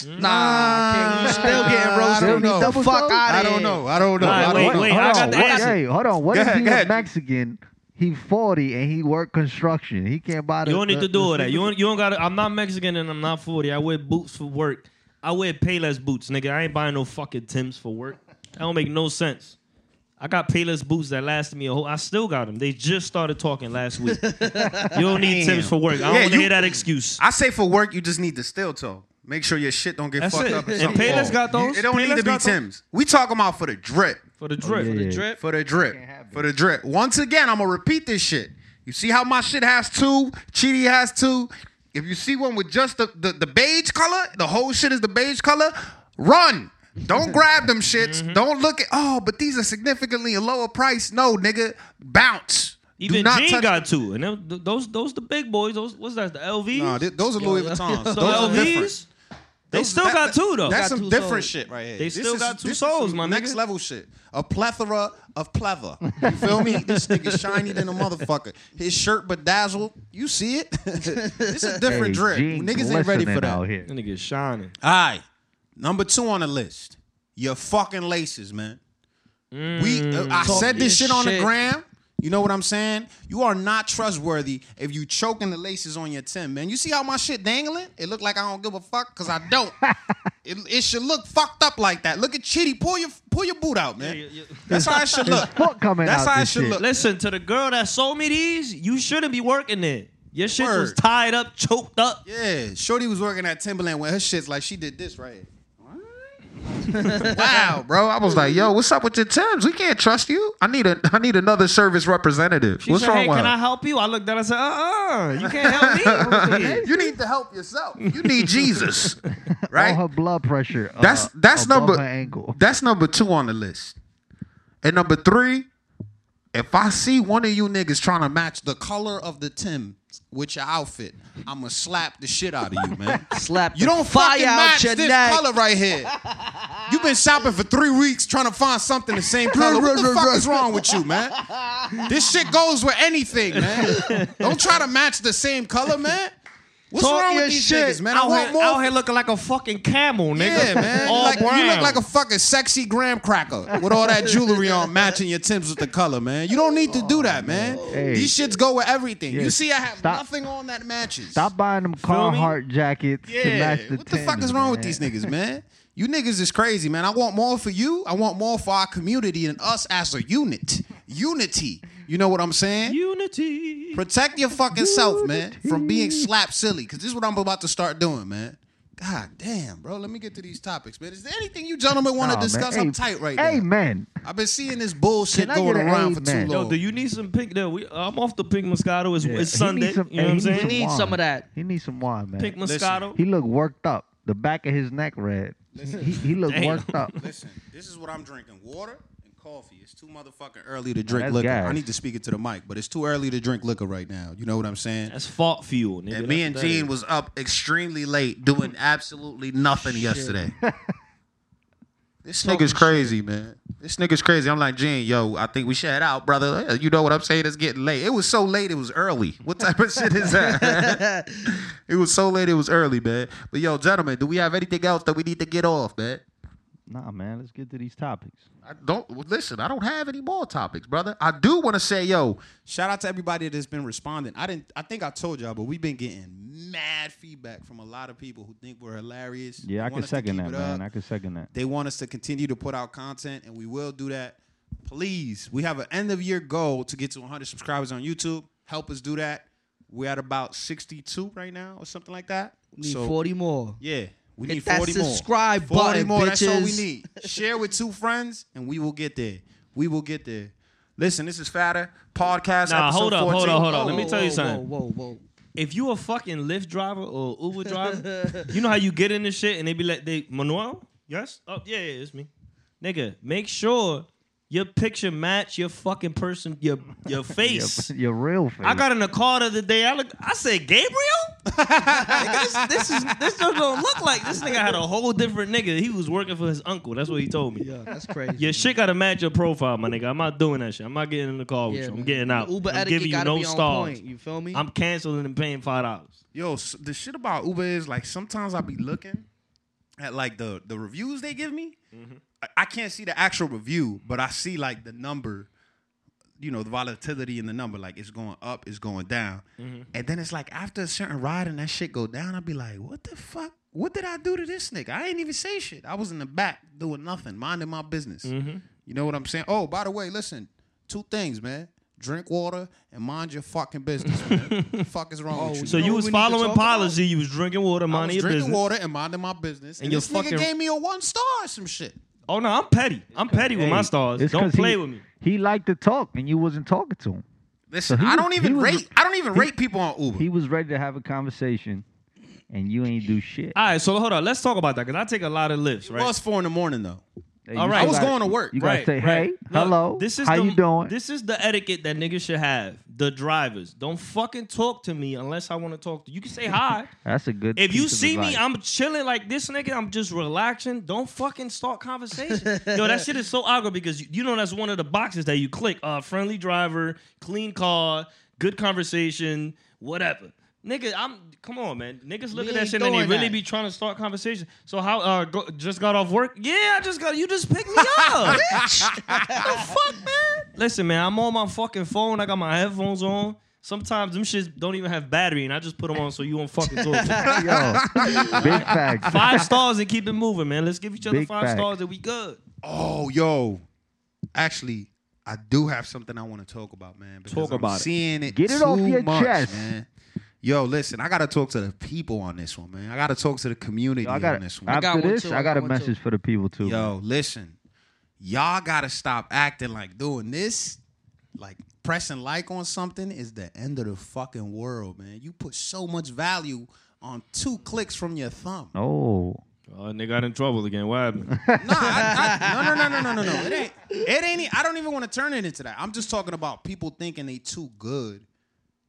[SPEAKER 4] Nah, okay, you still getting roasted.
[SPEAKER 3] I don't
[SPEAKER 4] Get the
[SPEAKER 3] know.
[SPEAKER 4] Fuck
[SPEAKER 2] sold?
[SPEAKER 4] out
[SPEAKER 3] I don't know. I don't know.
[SPEAKER 5] Nah,
[SPEAKER 3] I don't
[SPEAKER 5] wait,
[SPEAKER 3] know.
[SPEAKER 5] wait,
[SPEAKER 2] hold
[SPEAKER 5] I
[SPEAKER 2] on,
[SPEAKER 5] got the
[SPEAKER 2] what-
[SPEAKER 5] answer.
[SPEAKER 2] Hey, hold on. What
[SPEAKER 3] Go
[SPEAKER 2] if
[SPEAKER 3] ahead,
[SPEAKER 2] he
[SPEAKER 3] go
[SPEAKER 2] a
[SPEAKER 3] ahead.
[SPEAKER 2] Mexican? He forty and he work construction. He can't buy the.
[SPEAKER 5] You don't
[SPEAKER 2] the-
[SPEAKER 5] need to
[SPEAKER 2] the
[SPEAKER 5] do all that.
[SPEAKER 2] sleeping-
[SPEAKER 5] You don't, you don't got. to I'm not Mexican and I'm not 40. I wear boots for work. I wear Payless boots, nigga. I ain't buying no fucking Tims for work. That don't make no sense. I got Payless boots that lasted me a whole. I still got them. They just started talking last week. you don't need Tims for work. I don't
[SPEAKER 3] Yeah,
[SPEAKER 5] want to
[SPEAKER 3] you-
[SPEAKER 5] hear that excuse.
[SPEAKER 3] I say for work, you just need the steel toe. Make sure your shit don't get
[SPEAKER 5] That's
[SPEAKER 3] fucked
[SPEAKER 5] it.
[SPEAKER 3] up.
[SPEAKER 5] And
[SPEAKER 3] something
[SPEAKER 5] Payless
[SPEAKER 3] fall.
[SPEAKER 5] got those?
[SPEAKER 3] You- It don't
[SPEAKER 5] Payless
[SPEAKER 3] need to be
[SPEAKER 5] got those?
[SPEAKER 3] Tim's. We talking about for the drip.
[SPEAKER 5] for the drip.
[SPEAKER 2] yeah, yeah.
[SPEAKER 4] Drip.
[SPEAKER 3] For the drip.
[SPEAKER 2] happen.
[SPEAKER 3] For the drip. Once again, I'm gonna repeat this shit. You see how my shit has two, Chidi has two. If you see one with just the, the, the beige color, the whole shit is the beige color, run. Don't grab them shits.
[SPEAKER 4] Mm-hmm.
[SPEAKER 3] Don't look at oh, but these are significantly a lower price. No, nigga. Bounce. Do
[SPEAKER 5] Even
[SPEAKER 3] not
[SPEAKER 5] Gene
[SPEAKER 3] touch
[SPEAKER 5] got two, and them- th- those those the big boys. Those what's that? The LVs.
[SPEAKER 3] Nah, th- those are Louis
[SPEAKER 4] yo.
[SPEAKER 3] Vuittons.
[SPEAKER 5] so
[SPEAKER 3] those are different.
[SPEAKER 5] LVs. They still
[SPEAKER 3] that-
[SPEAKER 5] got two though.
[SPEAKER 3] That's
[SPEAKER 4] Got
[SPEAKER 3] some
[SPEAKER 4] two
[SPEAKER 3] different
[SPEAKER 4] souls.
[SPEAKER 3] shit right here.
[SPEAKER 5] They
[SPEAKER 3] This
[SPEAKER 5] still
[SPEAKER 3] is-
[SPEAKER 5] got two
[SPEAKER 3] this is
[SPEAKER 5] souls,
[SPEAKER 3] some
[SPEAKER 5] my
[SPEAKER 3] next
[SPEAKER 5] nigga.
[SPEAKER 3] level shit. A plethora of pleather. You feel me? this nigga shiny than a motherfucker. His shirt bedazzled. You see it? this is different
[SPEAKER 2] Hey,
[SPEAKER 3] drip.
[SPEAKER 2] Gene
[SPEAKER 3] Niggas ain't ready for
[SPEAKER 2] glistening
[SPEAKER 3] that.
[SPEAKER 2] out
[SPEAKER 3] All
[SPEAKER 2] here.
[SPEAKER 5] that nigga shining.
[SPEAKER 3] right, number two on the list. Your fucking laces, man. We, uh, I
[SPEAKER 4] Talk
[SPEAKER 3] said this
[SPEAKER 4] your
[SPEAKER 3] shit on the
[SPEAKER 4] shit.
[SPEAKER 3] gram. You know what I'm saying? You are not trustworthy if you choking the laces on your Tim, man. You see how my shit dangling? It look like I don't give a fuck because I don't. it, it should look fucked up like that. Look at Chitty. Pull your pull your boot out, man.
[SPEAKER 5] Yeah, yeah, yeah.
[SPEAKER 3] That's how it should
[SPEAKER 2] His
[SPEAKER 3] look.
[SPEAKER 2] foot coming
[SPEAKER 3] That's
[SPEAKER 2] out
[SPEAKER 3] how it
[SPEAKER 2] this
[SPEAKER 3] should
[SPEAKER 2] shit.
[SPEAKER 3] look.
[SPEAKER 5] Listen to the girl that sold me these. You shouldn't be working there. Your shit was
[SPEAKER 3] Word.
[SPEAKER 5] tied up, choked up.
[SPEAKER 3] Yeah, Shorty was working at Timberland when her shit's like she did this right here. wow, bro! I was like, "Yo, what's up with your Tims? We can't trust you. I need a, I need another service representative.
[SPEAKER 5] She
[SPEAKER 3] what's
[SPEAKER 5] said,
[SPEAKER 3] wrong
[SPEAKER 5] "Hey,
[SPEAKER 3] with
[SPEAKER 5] can I
[SPEAKER 3] her?
[SPEAKER 5] help you?" I looked at. her I said, "Uh, uh you can't help me."
[SPEAKER 3] You need to help yourself. You need Jesus, right?
[SPEAKER 2] All her blood pressure. uh,
[SPEAKER 3] That's that's
[SPEAKER 2] above
[SPEAKER 3] number
[SPEAKER 2] her ankle.
[SPEAKER 3] that's number two on the list. And number three, if I see one of you niggas trying to match the color of the Tim with your outfit, I'ma slap the shit out of you, man.
[SPEAKER 4] Slap
[SPEAKER 3] You
[SPEAKER 4] the
[SPEAKER 3] don't
[SPEAKER 4] fire
[SPEAKER 3] fucking
[SPEAKER 4] out
[SPEAKER 3] match
[SPEAKER 4] your
[SPEAKER 3] this
[SPEAKER 4] neck.
[SPEAKER 3] color right here. You've been shopping for three weeks trying to find something the same color. What the fuck is wrong with you, man? This shit goes with anything, man. Don't try to match the same color, man. What's
[SPEAKER 4] Talk
[SPEAKER 3] wrong
[SPEAKER 4] your
[SPEAKER 3] with these
[SPEAKER 4] shit.
[SPEAKER 3] niggas, man? I
[SPEAKER 5] out,
[SPEAKER 3] want
[SPEAKER 5] here,
[SPEAKER 3] more
[SPEAKER 5] out here looking like a fucking camel,
[SPEAKER 3] yeah,
[SPEAKER 5] nigga.
[SPEAKER 3] man.
[SPEAKER 5] All
[SPEAKER 3] like,
[SPEAKER 5] brown.
[SPEAKER 3] You look like a fucking sexy graham cracker with all that jewelry on, matching your Timbs with the color, man. You don't need to do that, man.
[SPEAKER 2] Hey.
[SPEAKER 3] These shits go with everything.
[SPEAKER 2] Yeah,
[SPEAKER 3] You see, I have
[SPEAKER 2] stop.
[SPEAKER 3] nothing on that matches.
[SPEAKER 2] Stop buying them
[SPEAKER 5] me?
[SPEAKER 2] Carhartt jackets to
[SPEAKER 3] Yeah.
[SPEAKER 2] match the
[SPEAKER 3] what the fuck is
[SPEAKER 2] Timbs,
[SPEAKER 3] wrong with
[SPEAKER 2] man.
[SPEAKER 3] these niggas, man? You niggas is crazy, man. I want more for you. I want more for our community and us as a unit. Unity. You know what I'm saying?
[SPEAKER 5] unity.
[SPEAKER 3] Protect your fucking self, man, from being slap silly. Cause this is what I'm about to start doing, man. God damn, bro. Let me get to these topics, man. Is there anything you gentlemen want to
[SPEAKER 2] Nah, man.
[SPEAKER 3] discuss?
[SPEAKER 2] Hey,
[SPEAKER 3] I'm tight right now.
[SPEAKER 2] Amen.
[SPEAKER 3] I've been seeing this bullshit
[SPEAKER 2] Can I
[SPEAKER 3] going
[SPEAKER 2] get an
[SPEAKER 3] around for too
[SPEAKER 2] amen?
[SPEAKER 3] long.
[SPEAKER 5] Yo, do you need some pink? No, we, I'm off the pink Moscato. It's, it's
[SPEAKER 2] He
[SPEAKER 5] Sunday.
[SPEAKER 2] needs some-
[SPEAKER 5] you know what
[SPEAKER 2] hey,
[SPEAKER 5] I'm
[SPEAKER 2] he
[SPEAKER 5] saying?
[SPEAKER 4] He needs
[SPEAKER 2] wine.
[SPEAKER 4] some of that.
[SPEAKER 2] He needs some wine, man.
[SPEAKER 5] Pink Moscato.
[SPEAKER 2] He look worked up. The back of his neck red. He, he look
[SPEAKER 5] Damn.
[SPEAKER 2] worked up.
[SPEAKER 3] Listen, this is what I'm drinking: water and coffee. It's too motherfucking early to drink
[SPEAKER 2] That's
[SPEAKER 3] liquor.
[SPEAKER 2] gas.
[SPEAKER 3] I need to speak it to the mic, but it's too early to drink liquor right now. You know what I'm saying?
[SPEAKER 5] That's fault fuel, nigga.
[SPEAKER 3] And me
[SPEAKER 5] That's
[SPEAKER 3] and
[SPEAKER 5] what that
[SPEAKER 3] Gene
[SPEAKER 5] is.
[SPEAKER 3] was up extremely late doing absolutely nothing yesterday. this nigga's crazy, man. This nigga's crazy. I'm like, Gene, yo, I think we should head out, brother. You know what I'm saying? It's getting late. It was so late, it was early. What type of shit is that? it was so late, it was early, man. But yo, gentlemen, do we have anything else that we need to get off, man?
[SPEAKER 2] Nah, man. Let's get to these topics.
[SPEAKER 3] I don't well, listen. I don't have any more topics, brother. I do want to say, yo, shout out to everybody that's been responding. I didn't. I think I told y'all, but we've been getting mad feedback from a lot of people who think we're hilarious. They
[SPEAKER 2] Yeah, I
[SPEAKER 3] want
[SPEAKER 2] can
[SPEAKER 3] us to
[SPEAKER 2] second
[SPEAKER 3] keep
[SPEAKER 2] that,
[SPEAKER 3] it
[SPEAKER 2] man.
[SPEAKER 3] up.
[SPEAKER 2] I can second that.
[SPEAKER 3] They want us to continue to put out content, and we will do that. please, we have an end of year goal to get to 100 subscribers on YouTube. Help us do that. We're at about 62 right now, or something like that.
[SPEAKER 4] Need
[SPEAKER 3] So,
[SPEAKER 4] 40 more.
[SPEAKER 3] Yeah, we
[SPEAKER 4] Hit
[SPEAKER 3] need
[SPEAKER 4] that
[SPEAKER 3] 40 more.
[SPEAKER 4] subscribe
[SPEAKER 3] 40
[SPEAKER 4] button,
[SPEAKER 3] more. That's all we
[SPEAKER 4] bitches.
[SPEAKER 3] need. Share with two friends, and we will get there. We will get there. Listen, this is Fatter podcast.
[SPEAKER 5] Nah,
[SPEAKER 3] episode
[SPEAKER 5] hold up,
[SPEAKER 3] 14.
[SPEAKER 5] hold up, hold up.
[SPEAKER 3] Oh,
[SPEAKER 5] Let me
[SPEAKER 4] Whoa,
[SPEAKER 5] tell you
[SPEAKER 4] whoa,
[SPEAKER 5] something.
[SPEAKER 4] Whoa, whoa, whoa.
[SPEAKER 5] If you a fucking Lyft driver or Uber driver, you know how you get in this shit and they be like, "They Manuel, yes, oh yeah, yeah, it's me, nigga." Make sure your picture match your fucking person, your your
[SPEAKER 2] Your,
[SPEAKER 5] face.
[SPEAKER 2] your real face.
[SPEAKER 5] I got in a car the other day. I look, I said Gabriel. Nigga, this, this is this don't don't look like this nigga had a whole different nigga. He was working for his uncle. That's what he told me.
[SPEAKER 4] Yeah, that's crazy.
[SPEAKER 5] Your shit gotta match your profile, my nigga. I'm not doing that shit. I'm not getting in the car with
[SPEAKER 4] Yeah,
[SPEAKER 5] you. I'm
[SPEAKER 4] man.
[SPEAKER 5] getting out.
[SPEAKER 4] Uber
[SPEAKER 5] I'm
[SPEAKER 4] etiquette
[SPEAKER 5] giving you
[SPEAKER 4] gotta
[SPEAKER 5] no
[SPEAKER 4] be on
[SPEAKER 5] stars.
[SPEAKER 4] point. You feel me?
[SPEAKER 5] I'm canceling and paying five dollars.
[SPEAKER 3] Yo, s- the shit about Uber is like sometimes I be looking at like the the reviews they give me. I, I can't see the actual review, but I see like the number. You know the volatility in the number, like it's going up, it's going down, and then it's like after a certain ride and that shit go down, I'd be like, "What the fuck? What did I do to this nigga? I ain't even say shit. I was in the back doing nothing, minding my business. You know what I'm saying? Oh, by the way, listen, two things, man: drink water and mind your fucking business. Man. fuck is wrong with Oh, you?
[SPEAKER 5] So
[SPEAKER 4] know
[SPEAKER 5] you
[SPEAKER 4] what
[SPEAKER 5] was
[SPEAKER 4] we need to
[SPEAKER 5] following
[SPEAKER 4] talk about?
[SPEAKER 5] policy. You was drinking water,
[SPEAKER 3] I was
[SPEAKER 5] minding your
[SPEAKER 3] drinking
[SPEAKER 5] business.
[SPEAKER 3] water and minding my business. And,
[SPEAKER 5] your
[SPEAKER 3] this nigga
[SPEAKER 5] fucking-
[SPEAKER 3] gave me a one star or some shit.
[SPEAKER 5] Oh no, I'm petty. I'm petty with my
[SPEAKER 2] Hey,
[SPEAKER 5] stars.
[SPEAKER 2] it's
[SPEAKER 5] Don't
[SPEAKER 2] 'cause
[SPEAKER 5] play
[SPEAKER 2] he-
[SPEAKER 5] with me.
[SPEAKER 2] He liked to talk, and you wasn't talking to him.
[SPEAKER 3] Listen,
[SPEAKER 2] he
[SPEAKER 3] I
[SPEAKER 2] was-
[SPEAKER 3] don't
[SPEAKER 2] he
[SPEAKER 3] even
[SPEAKER 2] was-
[SPEAKER 3] rate. I don't even rate people on Uber.
[SPEAKER 2] He was ready to have a conversation, and you ain't do shit.
[SPEAKER 5] All right, so hold on. Let's talk about that because I take a lot of lifts,
[SPEAKER 3] it
[SPEAKER 5] right?
[SPEAKER 3] was four in the morning though.
[SPEAKER 2] Hey,
[SPEAKER 5] all
[SPEAKER 2] you
[SPEAKER 5] right. I was
[SPEAKER 2] gotta-
[SPEAKER 3] going to work,
[SPEAKER 2] You gotta
[SPEAKER 5] right,
[SPEAKER 2] say,
[SPEAKER 5] right.
[SPEAKER 2] "Hey,
[SPEAKER 5] Look,
[SPEAKER 2] hello.
[SPEAKER 5] This is
[SPEAKER 2] how
[SPEAKER 5] the,
[SPEAKER 2] you doing?"
[SPEAKER 5] This is the etiquette that niggas should have. The drivers don't fucking talk to me unless I want to talk to you. You can say hi.
[SPEAKER 2] That's a good.
[SPEAKER 5] If you
[SPEAKER 2] piece of
[SPEAKER 5] see me,
[SPEAKER 2] advice.
[SPEAKER 5] I'm chilling like this nigga. I'm just relaxing. Don't fucking start conversation. Yo, that shit is so awkward because you, you know that's one of the boxes that you click. Uh, friendly driver, clean car, good conversation, whatever. Nigga, I'm come on, man. Niggas look
[SPEAKER 4] We
[SPEAKER 5] at that
[SPEAKER 4] ain't
[SPEAKER 5] shit and they
[SPEAKER 4] doing
[SPEAKER 5] really
[SPEAKER 4] that.
[SPEAKER 5] be trying to start conversation. So how? Uh, go, just got off work. Yeah, I just got. You just picked me up. Listen, man, I'm on my fucking phone. I got my headphones on. Sometimes them shits don't even have battery, and I just put them on so you won't fucking talk. to me.
[SPEAKER 2] Yo, big facts.
[SPEAKER 5] five stars and keep it moving, man. Let's give each other
[SPEAKER 2] Big
[SPEAKER 5] five
[SPEAKER 2] facts.
[SPEAKER 5] stars and we good.
[SPEAKER 3] Oh, yo. Actually, I do have something I want to talk about, man. Because
[SPEAKER 5] Talk
[SPEAKER 3] I'm
[SPEAKER 5] about it.
[SPEAKER 3] seeing it.
[SPEAKER 2] Get it off
[SPEAKER 3] too
[SPEAKER 2] your
[SPEAKER 3] much,
[SPEAKER 2] chest.
[SPEAKER 3] man. Yo, listen, I gotta talk to the people on this one, man. I gotta talk to the community
[SPEAKER 2] Yo, I got
[SPEAKER 3] on this one.
[SPEAKER 2] After
[SPEAKER 4] got one
[SPEAKER 2] this,
[SPEAKER 4] too,
[SPEAKER 2] I
[SPEAKER 4] I
[SPEAKER 2] got
[SPEAKER 4] got
[SPEAKER 2] a
[SPEAKER 4] one too.
[SPEAKER 2] message for the people too.
[SPEAKER 3] Yo, listen, y'all gotta stop acting like doing this, like pressing like on something is the end of the fucking world, man. You put so much value on two clicks from your thumb. Nah,
[SPEAKER 2] Oh,
[SPEAKER 5] Oh, nigga got in trouble again. What happened?
[SPEAKER 3] I, I, no, no, no, no, no, no, no. It ain't. It ain't. e, I don't even want to turn it into that. I'm just talking about people thinking they too good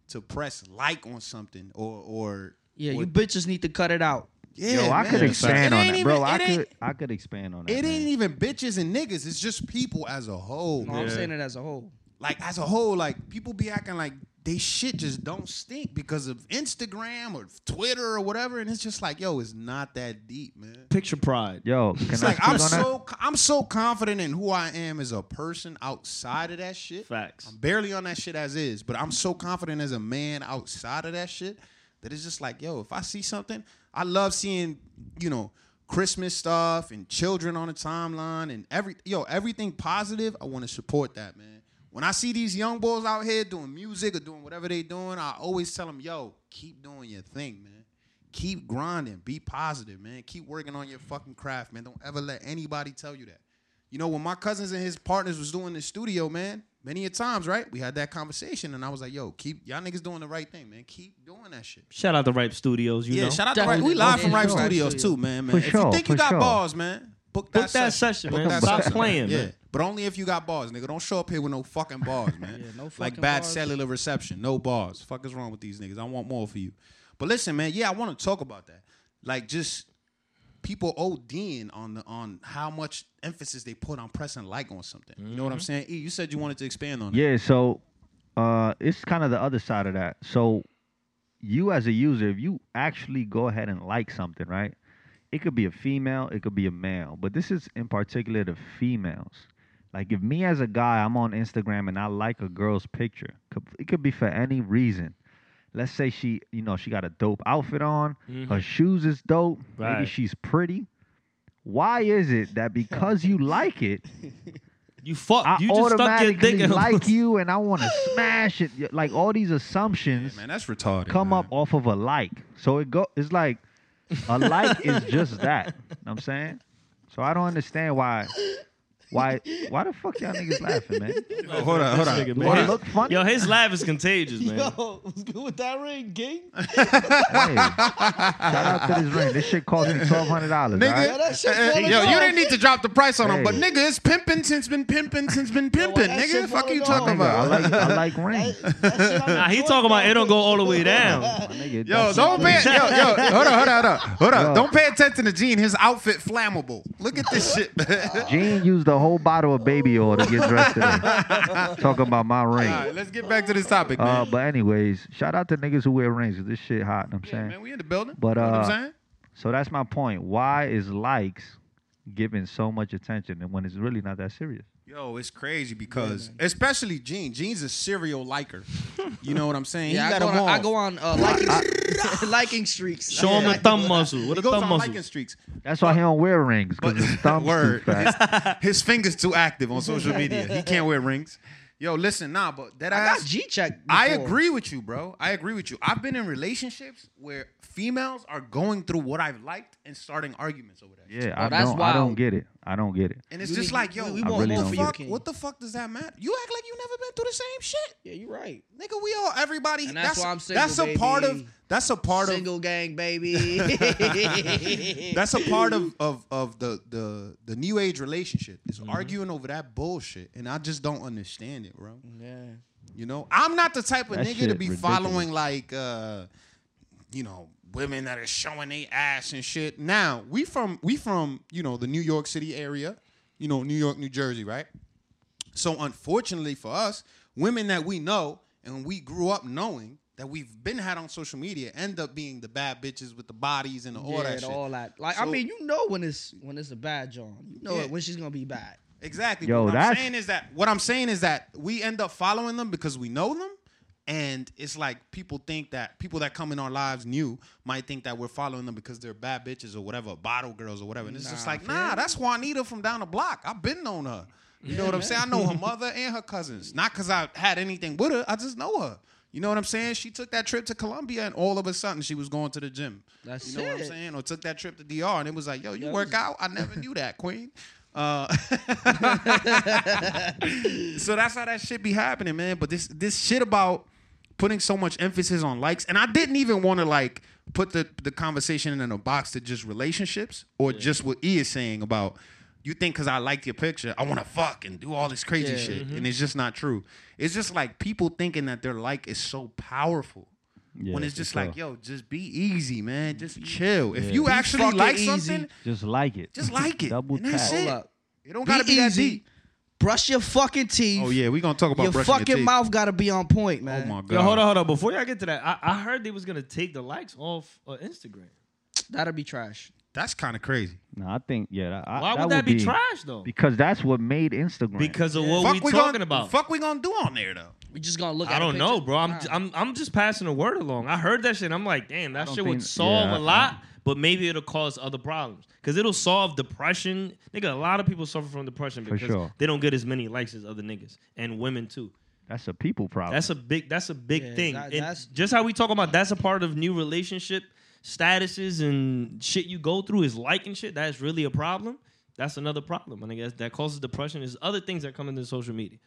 [SPEAKER 3] to press like on something or or
[SPEAKER 4] yeah,
[SPEAKER 3] or-
[SPEAKER 4] you bitches need to cut it out.
[SPEAKER 3] yeah.
[SPEAKER 2] yo, I
[SPEAKER 3] man.
[SPEAKER 2] could expand
[SPEAKER 3] It
[SPEAKER 2] on
[SPEAKER 3] ain't
[SPEAKER 2] that,
[SPEAKER 3] even-
[SPEAKER 2] bro. I
[SPEAKER 3] it ain't-
[SPEAKER 2] could, I could expand on that.
[SPEAKER 3] It
[SPEAKER 2] man.
[SPEAKER 3] ain't even bitches and niggas. It's just people as a whole.
[SPEAKER 4] No,
[SPEAKER 3] man.
[SPEAKER 4] I'm
[SPEAKER 5] Yeah.
[SPEAKER 4] saying it as a whole.
[SPEAKER 3] like as a whole, like people be acting like they shit just don't stink because of Instagram or Twitter or whatever, and it's just like, yo, it's not that deep, man.
[SPEAKER 5] Picture pride.
[SPEAKER 2] Yo, can
[SPEAKER 3] It's
[SPEAKER 2] I
[SPEAKER 3] like
[SPEAKER 2] speak
[SPEAKER 3] I'm
[SPEAKER 2] on that?
[SPEAKER 3] so I'm so confident in who I am as a person outside of that shit.
[SPEAKER 5] Facts.
[SPEAKER 3] I'm barely on that shit as is, but I'm so confident as a man outside of that shit that it's just like, yo, if I see something, I love seeing, you know, Christmas stuff and children on the timeline and every yo, everything positive, I want to support that, man. When I see these young boys out here doing music or doing whatever they doing, I always tell them, yo, keep doing your thing, man. Keep grinding. Be positive, man. Keep working on your fucking craft, man. Don't ever let anybody tell you that. You know, when my cousins and his partners was doing the studio, man, many a times, right? We had that conversation, and I was like, "Yo, keep y'all niggas doing the right thing, man. Keep doing that shit."
[SPEAKER 5] Shout out to Ripe Studios. You
[SPEAKER 3] yeah,
[SPEAKER 5] know,
[SPEAKER 3] shout out to
[SPEAKER 4] Definitely.
[SPEAKER 3] Ripe. We live from
[SPEAKER 4] Yeah,
[SPEAKER 3] Ripe
[SPEAKER 4] sure.
[SPEAKER 3] Studios too, man. Man,
[SPEAKER 2] For
[SPEAKER 3] if you
[SPEAKER 2] sure,
[SPEAKER 3] think you
[SPEAKER 2] for
[SPEAKER 3] got
[SPEAKER 2] sure.
[SPEAKER 3] balls, man, book that
[SPEAKER 5] Book that
[SPEAKER 3] session,
[SPEAKER 5] session, man. Stop playing,
[SPEAKER 3] yeah.
[SPEAKER 5] man.
[SPEAKER 3] But only if you got balls, nigga. Don't show up here with no fucking balls, man.
[SPEAKER 4] Yeah, no
[SPEAKER 3] like
[SPEAKER 4] fucking
[SPEAKER 3] bad
[SPEAKER 4] bars.
[SPEAKER 3] cellular reception, no balls. Fuck is wrong with these niggas? I want more for you. But listen, man. Yeah, I want to talk about that. Like just people ODing on the on how much emphasis they put on pressing like on something. You know what I'm saying? E, you said you wanted to expand on that.
[SPEAKER 2] Yeah, so uh, it's kind of the other side of that. So you as a user, if you actually go ahead and like something, right? It could be a female, it could be a male, but this is in particular the females. Like if me as a guy, I'm on Instagram and I like a girl's picture, could- it could be for any reason. Let's say she, you know, she got a dope outfit on, her shoes is dope, maybe
[SPEAKER 5] Right.
[SPEAKER 2] she's pretty. Why is it that because you like it,
[SPEAKER 5] You fuck.
[SPEAKER 2] I
[SPEAKER 5] you just stuck your
[SPEAKER 2] automatically
[SPEAKER 5] dick in her
[SPEAKER 2] like
[SPEAKER 5] pussy.
[SPEAKER 2] you and I want to smash it. Like all these assumptions
[SPEAKER 3] Man, that's retarded.
[SPEAKER 2] come
[SPEAKER 3] man.
[SPEAKER 2] up off of a like. So it go. It's like a like is just that. Know what I'm saying. So I don't understand why. Why? Why the fuck y'all niggas laughing, man?
[SPEAKER 3] Oh, hold on, hold on.
[SPEAKER 5] Nigga,
[SPEAKER 2] Do
[SPEAKER 5] man.
[SPEAKER 2] I
[SPEAKER 5] His-
[SPEAKER 2] look funny?
[SPEAKER 5] Yo, his laugh is contagious, man.
[SPEAKER 4] Yo, what's good with that ring, gang? Yo,
[SPEAKER 2] Hey, shout out to this ring. This shit cost me twelve hundred dollars.
[SPEAKER 3] Nigga,
[SPEAKER 4] that shit
[SPEAKER 3] eh, eh,
[SPEAKER 4] falling
[SPEAKER 3] yo,
[SPEAKER 4] off.
[SPEAKER 3] you didn't need to drop the price on him, but
[SPEAKER 2] Hey.
[SPEAKER 3] nigga, it's pimping since been pimping since been pimping.
[SPEAKER 4] that
[SPEAKER 3] nigga,
[SPEAKER 4] shit
[SPEAKER 3] fuck are you
[SPEAKER 4] falling off.
[SPEAKER 3] talking
[SPEAKER 2] Nigga, I
[SPEAKER 3] about?
[SPEAKER 2] like I like rings.
[SPEAKER 5] Nah, he talking about it don't go all the way down.
[SPEAKER 2] My
[SPEAKER 3] Yo,
[SPEAKER 2] nigga, that's the
[SPEAKER 3] don't pay.
[SPEAKER 2] thing.
[SPEAKER 3] Yo, yo, hold on, hold on, hold on, hold on.
[SPEAKER 2] Yo.
[SPEAKER 3] Don't pay attention to Gene. His outfit flammable. Look at this shit, man.
[SPEAKER 2] Gene used the whole bottle of baby oil to get dressed today. Talking about my
[SPEAKER 3] All
[SPEAKER 2] ring.
[SPEAKER 3] right, let's get back to this topic, man.
[SPEAKER 2] Uh, but anyways, shout out to niggas who wear rings. 'cause This shit hot. know what I'm
[SPEAKER 3] Yeah,
[SPEAKER 2] saying.
[SPEAKER 3] man, we in the building. you
[SPEAKER 2] But,
[SPEAKER 3] know what
[SPEAKER 2] uh,
[SPEAKER 3] I'm saying?
[SPEAKER 2] So that's my point. Why is likes given so much attention and when it's really not that serious?
[SPEAKER 3] Yo, it's crazy because especially Gene. Gene's a serial liker. You know what I'm saying?
[SPEAKER 4] Yeah,
[SPEAKER 3] he
[SPEAKER 4] I
[SPEAKER 3] got
[SPEAKER 4] go,
[SPEAKER 3] him
[SPEAKER 4] on,
[SPEAKER 3] on.
[SPEAKER 4] I go on uh, liking, liking streaks.
[SPEAKER 5] Show him
[SPEAKER 4] Yeah.
[SPEAKER 5] a thumb muscle. What
[SPEAKER 3] He
[SPEAKER 5] a
[SPEAKER 3] goes
[SPEAKER 5] thumb
[SPEAKER 3] on
[SPEAKER 5] muscle.
[SPEAKER 3] liking streaks.
[SPEAKER 2] That's why he don't wear rings because
[SPEAKER 3] But
[SPEAKER 2] his thumb's
[SPEAKER 3] word,
[SPEAKER 2] too fat.
[SPEAKER 3] his, his fingers too active on social media. He can't wear rings. Yo, listen, nah, but that
[SPEAKER 4] I got
[SPEAKER 3] ass.
[SPEAKER 4] G check.
[SPEAKER 3] I agree with you, bro. I agree with you. I've been in relationships where females are going through what I've liked and starting arguments over that. shit.
[SPEAKER 2] Yeah, I
[SPEAKER 4] that's
[SPEAKER 2] don't. I don't
[SPEAKER 4] wild.
[SPEAKER 2] get it. I don't get it.
[SPEAKER 3] And it's
[SPEAKER 4] You
[SPEAKER 3] just
[SPEAKER 4] need-
[SPEAKER 3] like, yo,
[SPEAKER 4] we- we
[SPEAKER 2] I
[SPEAKER 3] what,
[SPEAKER 2] want really
[SPEAKER 3] the
[SPEAKER 2] more for you,
[SPEAKER 3] fuck,
[SPEAKER 4] King.
[SPEAKER 3] what the fuck does that matter? You act like you never been through the same shit.
[SPEAKER 4] Yeah, you're right.
[SPEAKER 3] Nigga, we all everybody
[SPEAKER 4] And
[SPEAKER 3] that's
[SPEAKER 4] that's why I'm single,
[SPEAKER 3] that's a part
[SPEAKER 4] baby.
[SPEAKER 3] of that's a part of
[SPEAKER 4] Single gang, baby.
[SPEAKER 3] That's a part of of of the the the new age relationship is
[SPEAKER 4] Mm-hmm.
[SPEAKER 3] arguing over that bullshit, and I just don't understand it, bro.
[SPEAKER 4] yeah.
[SPEAKER 3] You know, I'm not the type of
[SPEAKER 2] That
[SPEAKER 3] nigga to
[SPEAKER 2] shit
[SPEAKER 3] be
[SPEAKER 2] ridiculous.
[SPEAKER 3] following like uh, you know, women that are showing they ass and shit. Now we from we from you know the New York City area, you know New York, New Jersey, right? So unfortunately for us, women that we know and we grew up knowing that we've been had on social media end up being the bad bitches with the bodies and all
[SPEAKER 4] yeah,
[SPEAKER 3] that
[SPEAKER 4] and
[SPEAKER 3] shit.
[SPEAKER 4] all that. Like, I
[SPEAKER 3] So-
[SPEAKER 4] mean, you know when it's when it's a bad John. You know
[SPEAKER 3] Yeah.
[SPEAKER 4] it when she's gonna be bad.
[SPEAKER 3] Exactly.
[SPEAKER 2] Yo,
[SPEAKER 3] Yo, what I'm
[SPEAKER 2] that's-
[SPEAKER 3] saying is that what I'm saying is that we end up following them because we know them, and it's like people think that people that come in our lives new might think that we're following them because they're bad bitches or whatever, bottle girls or whatever. And it's just
[SPEAKER 4] Nah,
[SPEAKER 3] like,
[SPEAKER 4] fam.
[SPEAKER 3] nah, that's Juanita from down the block. I've been on her. You know what I'm saying? I know her mother and her cousins. Not because I had anything with her. I just know her. You know what I'm saying? She took that trip to Colombia, and all of a sudden she was going to the gym.
[SPEAKER 4] That's
[SPEAKER 3] you know what I'm
[SPEAKER 4] it.
[SPEAKER 3] saying? Or took that trip to DR, and it was like, yo, you
[SPEAKER 4] That
[SPEAKER 3] work
[SPEAKER 4] was-
[SPEAKER 3] out? I never knew that, Queen. Uh, so that's how that shit be happening, man. But this this shit about putting so much emphasis on likes, and I didn't even want to like put the the conversation in a box to just relationships or just what E is saying about you think because I liked your picture, I want to fuck and do all this crazy
[SPEAKER 4] Yeah.
[SPEAKER 3] shit, and it's just not true. It's just like people thinking that their like is so powerful. when
[SPEAKER 2] Yeah,
[SPEAKER 3] it's
[SPEAKER 2] for
[SPEAKER 3] just
[SPEAKER 2] sure.
[SPEAKER 3] like, yo, just be easy, man. Just chill. If you
[SPEAKER 4] Be
[SPEAKER 3] actually
[SPEAKER 4] fucking
[SPEAKER 3] like
[SPEAKER 4] easy.
[SPEAKER 3] something,
[SPEAKER 2] Just like it.
[SPEAKER 3] just like it.
[SPEAKER 2] Double
[SPEAKER 3] and that's
[SPEAKER 2] tap.
[SPEAKER 3] it.
[SPEAKER 4] Hold up.
[SPEAKER 3] It don't
[SPEAKER 4] Be
[SPEAKER 3] gotta be that
[SPEAKER 4] easy.
[SPEAKER 3] deep.
[SPEAKER 4] Brush your fucking teeth.
[SPEAKER 3] Oh yeah, we gonna talk about
[SPEAKER 4] Your
[SPEAKER 3] brushing
[SPEAKER 4] fucking
[SPEAKER 3] teeth.
[SPEAKER 4] mouth gotta be on point,
[SPEAKER 3] Oh
[SPEAKER 4] man.
[SPEAKER 3] my god.
[SPEAKER 5] Yo, hold on, hold on. Before y'all get to that, I, I heard they was gonna take the likes off of Instagram.
[SPEAKER 4] That'll be trash.
[SPEAKER 3] That's kind of crazy.
[SPEAKER 2] No, I think yeah. I,
[SPEAKER 5] Why would that, be, trash though?
[SPEAKER 2] Because that's what made Instagram.
[SPEAKER 5] Because of what we
[SPEAKER 3] gonna-
[SPEAKER 5] talking about.
[SPEAKER 3] Fuck we gonna do on there though.
[SPEAKER 4] We just gonna look at
[SPEAKER 5] I
[SPEAKER 4] a
[SPEAKER 5] don't know,
[SPEAKER 4] picture?
[SPEAKER 5] bro. I'm,
[SPEAKER 4] Nah.
[SPEAKER 5] I'm I'm just passing the word along. I heard that shit. and I'm like, damn, that
[SPEAKER 2] don't
[SPEAKER 5] shit
[SPEAKER 2] think-
[SPEAKER 5] would solve
[SPEAKER 2] yeah, I-
[SPEAKER 5] a lot, but maybe it'll cause other problems because it'll solve depression. Nigga, a lot of people suffer from depression
[SPEAKER 2] For
[SPEAKER 5] because
[SPEAKER 2] sure.
[SPEAKER 5] they don't get as many likes as other niggas and women too.
[SPEAKER 2] that's a people problem.
[SPEAKER 5] That's a big. That's a big
[SPEAKER 4] Yeah,
[SPEAKER 5] thing.
[SPEAKER 4] that-
[SPEAKER 5] And
[SPEAKER 4] that's-
[SPEAKER 5] just how we talk about. That's a part of new relationship statuses and shit you go through is liking shit. That's really a problem. That's another problem, and I guess that causes depression. There's other things that come into social media.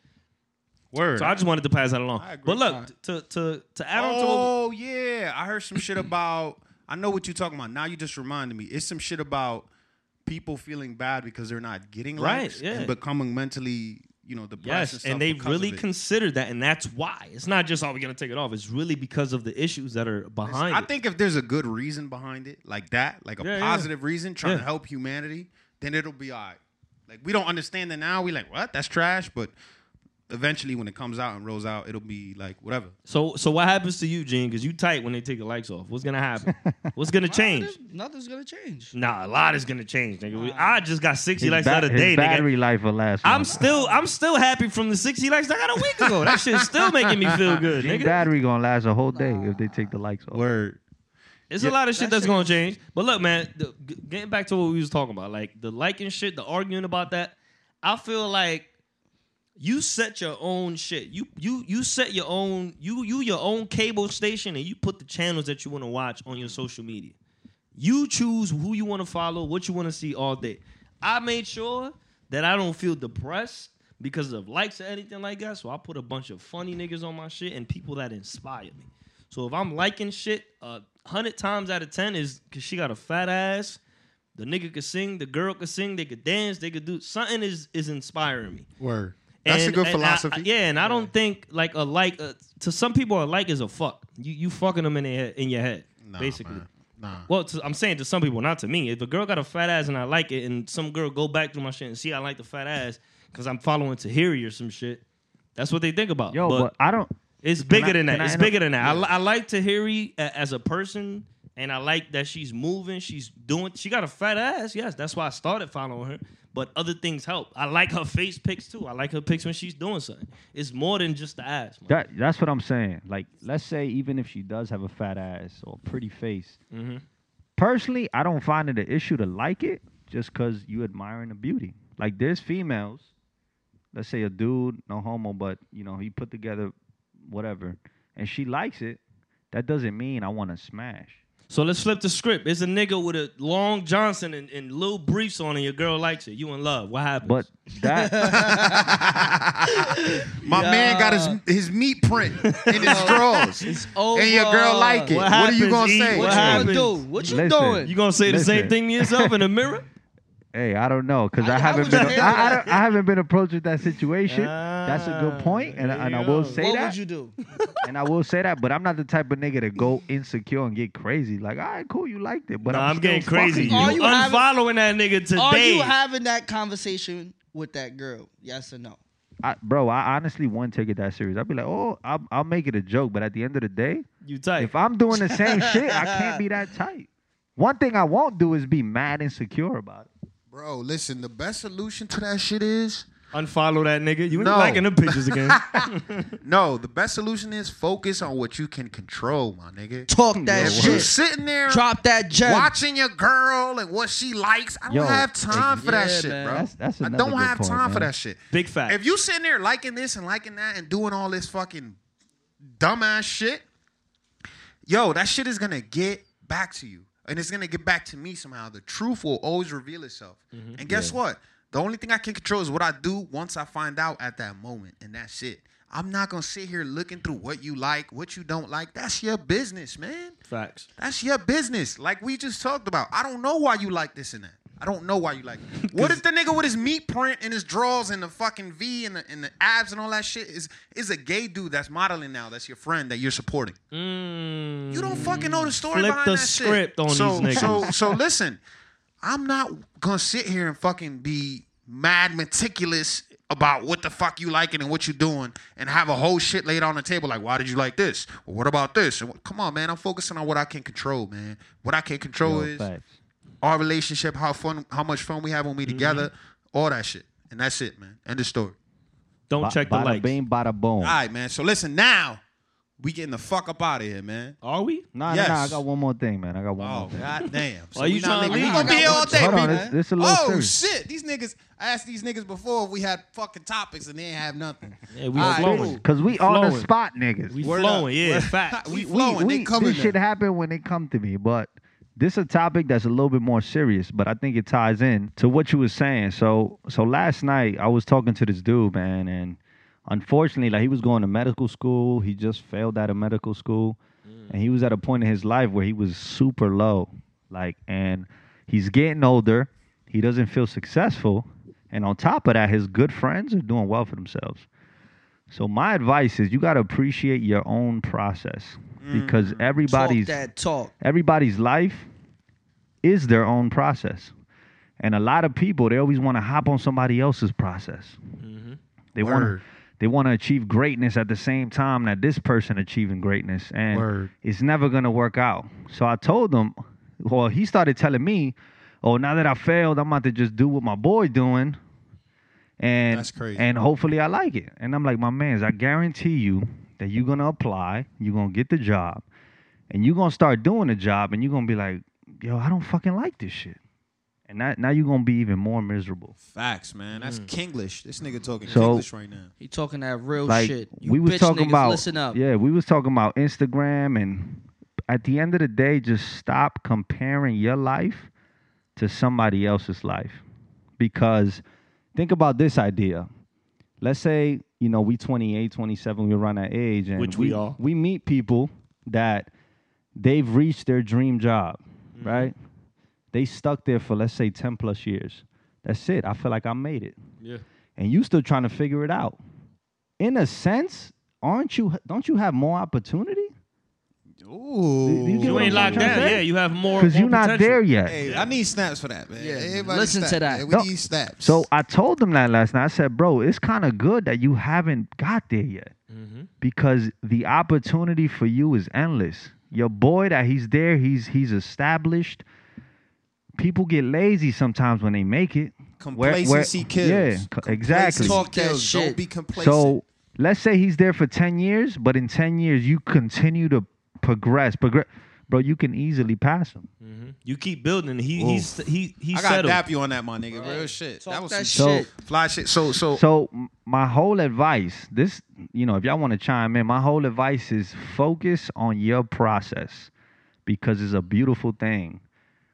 [SPEAKER 3] Word.
[SPEAKER 5] So I just wanted to pass that along.
[SPEAKER 3] I agree.
[SPEAKER 5] But look,
[SPEAKER 4] Alright.
[SPEAKER 5] to to to add on to what we-
[SPEAKER 3] oh yeah, I heard some shit about. I know what you're talking about. Now you just reminded me. It's some shit about people feeling bad because they're not getting
[SPEAKER 5] Right,
[SPEAKER 3] likes
[SPEAKER 5] yeah.
[SPEAKER 3] and becoming mentally, you know, depressed. and,
[SPEAKER 5] Yes,
[SPEAKER 3] stuff
[SPEAKER 5] and they
[SPEAKER 3] because
[SPEAKER 5] really
[SPEAKER 3] of it.
[SPEAKER 5] considered that, and that's why it's not just oh we're gonna take it off. It's really because of the issues that are behind.
[SPEAKER 3] I
[SPEAKER 5] it.
[SPEAKER 3] think if there's a good reason behind it, like that, like a
[SPEAKER 5] Yeah, yeah.
[SPEAKER 3] positive reason, trying to
[SPEAKER 5] Yeah.
[SPEAKER 3] help humanity, then it'll be all right. Like we don't understand it now. We like what? That's trash. But eventually, when it comes out and rolls out, it'll be like whatever.
[SPEAKER 5] So, so what happens to you, Gene? Because you tight when they take the likes off. What's gonna happen? What's gonna change?
[SPEAKER 4] Nothing- Nothing's gonna change.
[SPEAKER 5] Nah, a lot is gonna change, nigga. We- I just got sixty
[SPEAKER 2] his,
[SPEAKER 5] likes
[SPEAKER 2] ba-
[SPEAKER 5] the other
[SPEAKER 2] his
[SPEAKER 5] day, nigga.
[SPEAKER 2] battery life will last.
[SPEAKER 5] I'm
[SPEAKER 2] long.
[SPEAKER 5] still, I'm still happy from the sixty likes I got a week ago. That shit's still making me feel good,
[SPEAKER 2] Gene
[SPEAKER 5] nigga.
[SPEAKER 2] battery gonna last a whole day if they take the likes off.
[SPEAKER 3] Word.
[SPEAKER 5] It's a lot of shit
[SPEAKER 4] That
[SPEAKER 5] that's
[SPEAKER 4] shit
[SPEAKER 5] gonna change. But look, man, the, g- getting back to what we was talking about, like the liking shit, the arguing about that, I feel like you set your own shit. You you you set your own you you your own cable station and you put the channels that you want to watch on your social media. You choose who you want to follow, what you want to see all day. I made sure that I don't feel depressed because of likes or anything like that. So I put a bunch of funny niggas on my shit and people that inspire me. So if I'm liking shit, a hundred times out of ten is because she got a fat ass. The nigga could sing, the girl could sing, they could dance, they could do something. Is is inspiring me.
[SPEAKER 6] Word. That's a good
[SPEAKER 5] I-
[SPEAKER 6] philosophy.
[SPEAKER 5] I- yeah, and I don't think like a like uh, to some people a like is a fuck. You you fucking them in their head, in your head,
[SPEAKER 6] Nah,
[SPEAKER 5] basically.
[SPEAKER 6] man. Nah.
[SPEAKER 5] Well, to, I'm saying to some people, not to me. If a girl got a fat ass and I like it, and some girl go back through my shit and see I like the fat ass because I'm following Tahiri or some shit, that's what they think about.
[SPEAKER 2] Yo, but,
[SPEAKER 5] but,
[SPEAKER 2] I don't.
[SPEAKER 5] it's bigger
[SPEAKER 2] I-
[SPEAKER 5] than that.
[SPEAKER 2] can I
[SPEAKER 5] It's
[SPEAKER 2] interrupt?
[SPEAKER 5] bigger than that. I li- I, like Tahiri a- as a person, and I like that she's moving. She's doing. She got a fat ass. Yes, that's why I started following her. But other things help. I like her face pics too. I like her pics when she's doing something. It's more than just the ass. man.
[SPEAKER 2] That that's what I'm saying. Like, let's say even if she does have a fat ass or a pretty face,
[SPEAKER 4] Mm-hmm.
[SPEAKER 5] Mhm.
[SPEAKER 2] personally, I don't find it an issue to like it just because you admiring the beauty. Like, there's females. Let's say a dude, no homo, but you know he put together whatever, and she likes it. That doesn't mean I want to smash.
[SPEAKER 5] So let's flip the script. It's a nigga with a long Johnson and, and little briefs on, and your girl likes it. You in love? What happens?
[SPEAKER 2] But that
[SPEAKER 3] My man got his his meat print in his drawers,
[SPEAKER 4] over.
[SPEAKER 3] and your girl like it. What, are you
[SPEAKER 5] happens,
[SPEAKER 3] gonna
[SPEAKER 5] E?
[SPEAKER 3] say?
[SPEAKER 4] What, Oh
[SPEAKER 5] What
[SPEAKER 4] you gonna
[SPEAKER 5] happens?
[SPEAKER 4] do? What you
[SPEAKER 2] Listen.
[SPEAKER 4] doing?
[SPEAKER 5] you gonna say the
[SPEAKER 2] Listen.
[SPEAKER 5] same thing to yourself in the mirror?
[SPEAKER 2] hey, I don't know because I,
[SPEAKER 4] I- I
[SPEAKER 2] haven't
[SPEAKER 4] was
[SPEAKER 2] been
[SPEAKER 4] there.
[SPEAKER 2] I, I, don't- I haven't been approached with that situation. that's a good point, and,
[SPEAKER 5] Ah,
[SPEAKER 2] I- and I
[SPEAKER 5] there you
[SPEAKER 2] will
[SPEAKER 5] go.
[SPEAKER 2] say
[SPEAKER 4] what
[SPEAKER 2] that.
[SPEAKER 4] would you do?
[SPEAKER 2] and I will say that, but I'm not the type of nigga to go insecure and get crazy. Like, all right, cool, you liked it, but
[SPEAKER 5] Nah,
[SPEAKER 2] I'm,
[SPEAKER 5] I'm,
[SPEAKER 2] still
[SPEAKER 5] getting crazy.
[SPEAKER 2] fucking
[SPEAKER 5] You,
[SPEAKER 4] Are you
[SPEAKER 2] You.
[SPEAKER 4] having-
[SPEAKER 5] unfollowing that nigga today?
[SPEAKER 4] Are you having that conversation with that girl? Yes or no?
[SPEAKER 2] I, bro, I honestly wouldn't take it that serious. I'd be like, oh, I'll, I'll make it a joke, but at the end of the day,
[SPEAKER 5] You tight.
[SPEAKER 2] if I'm doing the same shit, I can't be that tight. One thing I won't do is be mad and secure about it.
[SPEAKER 3] Bro, listen. The best solution to that shit is
[SPEAKER 5] Unfollow that nigga. You ain't
[SPEAKER 3] No.
[SPEAKER 5] liking them pictures again.
[SPEAKER 3] no. The best solution is focus on what you can control, my nigga.
[SPEAKER 4] Talk that
[SPEAKER 3] If you
[SPEAKER 4] shit.
[SPEAKER 3] sitting there
[SPEAKER 4] Drop that gem.
[SPEAKER 3] watching your girl and what she likes, I don't
[SPEAKER 2] Yo,
[SPEAKER 3] have time for that
[SPEAKER 4] yeah,
[SPEAKER 3] shit,
[SPEAKER 4] man.
[SPEAKER 3] bro.
[SPEAKER 2] That's- that's
[SPEAKER 3] I
[SPEAKER 2] another
[SPEAKER 3] don't
[SPEAKER 2] good
[SPEAKER 3] have
[SPEAKER 2] point,
[SPEAKER 3] time for
[SPEAKER 2] man.
[SPEAKER 3] that shit.
[SPEAKER 5] Big fact.
[SPEAKER 3] If you sitting there liking this and liking that and doing all this fucking dumbass shit, yo, that shit is gonna get back to you. And it's gonna get back to me somehow. The truth will always reveal itself. And guess what? The only thing I can control is what I do once I find out at that moment, and that's it. I'm not gonna sit here looking through what you like, what you don't like. That's your business, man.
[SPEAKER 5] Facts.
[SPEAKER 3] That's your business. Like we just talked about. I don't know why you like this and that. I don't know why you like. it. What if the nigga with his meat print and his drawers and the fucking V and the, and the abs and all that shit is is a gay dude that's modeling now? That's your friend that you're supporting. You don't fucking know the story
[SPEAKER 5] Mm. Flip
[SPEAKER 3] behind
[SPEAKER 5] the
[SPEAKER 3] that
[SPEAKER 5] script
[SPEAKER 3] shit.
[SPEAKER 5] on
[SPEAKER 3] so,
[SPEAKER 5] these niggas.
[SPEAKER 3] So so listen, I'm not gonna sit here and fucking be mad meticulous about what the fuck you liking and what you doing and have a whole shit laid on the table like why did you like this well, what about this and what, come on man i'm focusing on what i can control man what i can control
[SPEAKER 2] Yo,
[SPEAKER 3] is
[SPEAKER 2] facts.
[SPEAKER 3] our relationship how fun how much fun we have when we together all that shit and that's it man end of story
[SPEAKER 5] Don't
[SPEAKER 2] Ba-
[SPEAKER 5] check the
[SPEAKER 2] bada
[SPEAKER 5] likes. Ah,
[SPEAKER 2] bing, bada boom.
[SPEAKER 3] all right man so listen now we getting the fuck up out of here man
[SPEAKER 5] Are we?
[SPEAKER 2] No, no, no, I
[SPEAKER 3] Yes.
[SPEAKER 2] got one more thing, man. I got one
[SPEAKER 3] Oh
[SPEAKER 2] more thing.
[SPEAKER 3] god damn! So
[SPEAKER 5] Are you
[SPEAKER 3] we not
[SPEAKER 5] trying to
[SPEAKER 3] leaving-
[SPEAKER 5] leave?
[SPEAKER 3] We gonna be here all day,
[SPEAKER 2] Hold on,
[SPEAKER 3] people.
[SPEAKER 2] this- this a little
[SPEAKER 3] oh
[SPEAKER 2] serious.
[SPEAKER 3] shit! These niggas. I asked these niggas before if we had fucking topics and they ain't have nothing.
[SPEAKER 5] Yeah, we
[SPEAKER 3] All right,
[SPEAKER 5] flowing.
[SPEAKER 3] cool.
[SPEAKER 2] Cause we on the
[SPEAKER 5] Flowing.
[SPEAKER 2] spot, niggas.
[SPEAKER 5] We
[SPEAKER 3] Word
[SPEAKER 5] flowing.
[SPEAKER 3] up.
[SPEAKER 5] Yeah, facts.
[SPEAKER 3] we
[SPEAKER 2] we-
[SPEAKER 3] flowing.
[SPEAKER 2] we-
[SPEAKER 3] they coming.
[SPEAKER 2] This should
[SPEAKER 3] now.
[SPEAKER 2] happen when they come to me, but this a topic that's a little bit more serious, but I think it ties in to what you were saying. So, so last night I was talking to this dude, man, and unfortunately, like he was going to medical school. He just failed out of medical school, and he was at a point in his life where he was super low, like, and he's getting older. He doesn't feel successful, and on top of that, his good friends are doing well for themselves. So my advice is you got to appreciate your own process because
[SPEAKER 4] Mm-hmm. Talk
[SPEAKER 2] everybody's
[SPEAKER 4] that talk.
[SPEAKER 2] everybody's life is their own process. And a lot of people they always want to hop on somebody else's process. They want to
[SPEAKER 6] Word.
[SPEAKER 2] they want to achieve greatness at the same time that this person achieving greatness and
[SPEAKER 6] Word.
[SPEAKER 2] it's never going to work out. So I told him, well, he started telling me, "Oh, now that I failed, I'm about to just do what my boy doing." and
[SPEAKER 6] That's crazy.
[SPEAKER 2] and hopefully I like it. And I'm like, my man's, I guarantee you that you're gonna apply, you're gonna get the job, and you're gonna start doing the job, and you're gonna be like, yo, I don't fucking like this shit. and now, now you're gonna be even more miserable.
[SPEAKER 3] Facts, man. That's Kinglish. This nigga talking
[SPEAKER 2] So-
[SPEAKER 3] Kinglish right now.
[SPEAKER 4] He talking that real
[SPEAKER 2] Like
[SPEAKER 4] shit. You
[SPEAKER 2] we was
[SPEAKER 4] bitch
[SPEAKER 2] talking
[SPEAKER 4] niggas,
[SPEAKER 2] about,
[SPEAKER 4] Listen up.
[SPEAKER 2] yeah, we was talking about Instagram, and at the end of the day, just stop comparing your life to somebody else's life, because think about this idea. Let's say you know we 28, 27, we around that age, and
[SPEAKER 5] Which we are.
[SPEAKER 2] We meet people that they've reached their dream job,
[SPEAKER 5] Mm-hmm.
[SPEAKER 2] right? They stuck there for let's say 10 plus years. That's it. I feel like I made it.
[SPEAKER 5] Yeah.
[SPEAKER 2] And you still trying to figure it out. In a sense, aren't you don't you have more opportunity?
[SPEAKER 3] Ooh.
[SPEAKER 2] Do you get
[SPEAKER 5] You
[SPEAKER 2] what
[SPEAKER 5] ain't
[SPEAKER 2] I'm
[SPEAKER 5] locked
[SPEAKER 2] trying to
[SPEAKER 5] down.
[SPEAKER 2] say?
[SPEAKER 5] Yeah, you have more.
[SPEAKER 2] Because
[SPEAKER 5] more
[SPEAKER 2] you're not
[SPEAKER 5] potential.
[SPEAKER 2] there yet.
[SPEAKER 3] Hey, I need snaps for that, man.
[SPEAKER 4] Yeah,
[SPEAKER 3] Everybody
[SPEAKER 4] listen to
[SPEAKER 3] snap.
[SPEAKER 4] that.
[SPEAKER 3] Yeah, we
[SPEAKER 2] No.
[SPEAKER 3] need snaps.
[SPEAKER 2] So I told them that last night. I said, bro, it's kind of good that you haven't got there yet. Because the opportunity for you is endless. Your boy that he's there, he's he's established. People get lazy sometimes when they make it. Where- where-
[SPEAKER 3] complacency kills.
[SPEAKER 2] Yeah, co- exactly.
[SPEAKER 3] Talk that
[SPEAKER 4] Kills.
[SPEAKER 3] shit. Don't
[SPEAKER 4] Shit.
[SPEAKER 3] be complacent.
[SPEAKER 2] So let's say he's there for 10 years, but in 10 years you continue to progress. Progress bro, you can easily pass him.
[SPEAKER 5] You keep building. He
[SPEAKER 2] Oof.
[SPEAKER 5] he's he he
[SPEAKER 3] I gotta
[SPEAKER 5] settled.
[SPEAKER 3] dap you on that, my nigga. Real shit.
[SPEAKER 4] Talk
[SPEAKER 3] that was
[SPEAKER 4] that
[SPEAKER 3] some
[SPEAKER 4] shit.
[SPEAKER 1] Fly shit. So, so,
[SPEAKER 2] So m- my whole advice, this, you know, if y'all want to chime in, my whole advice is focus on your process because it's a beautiful thing.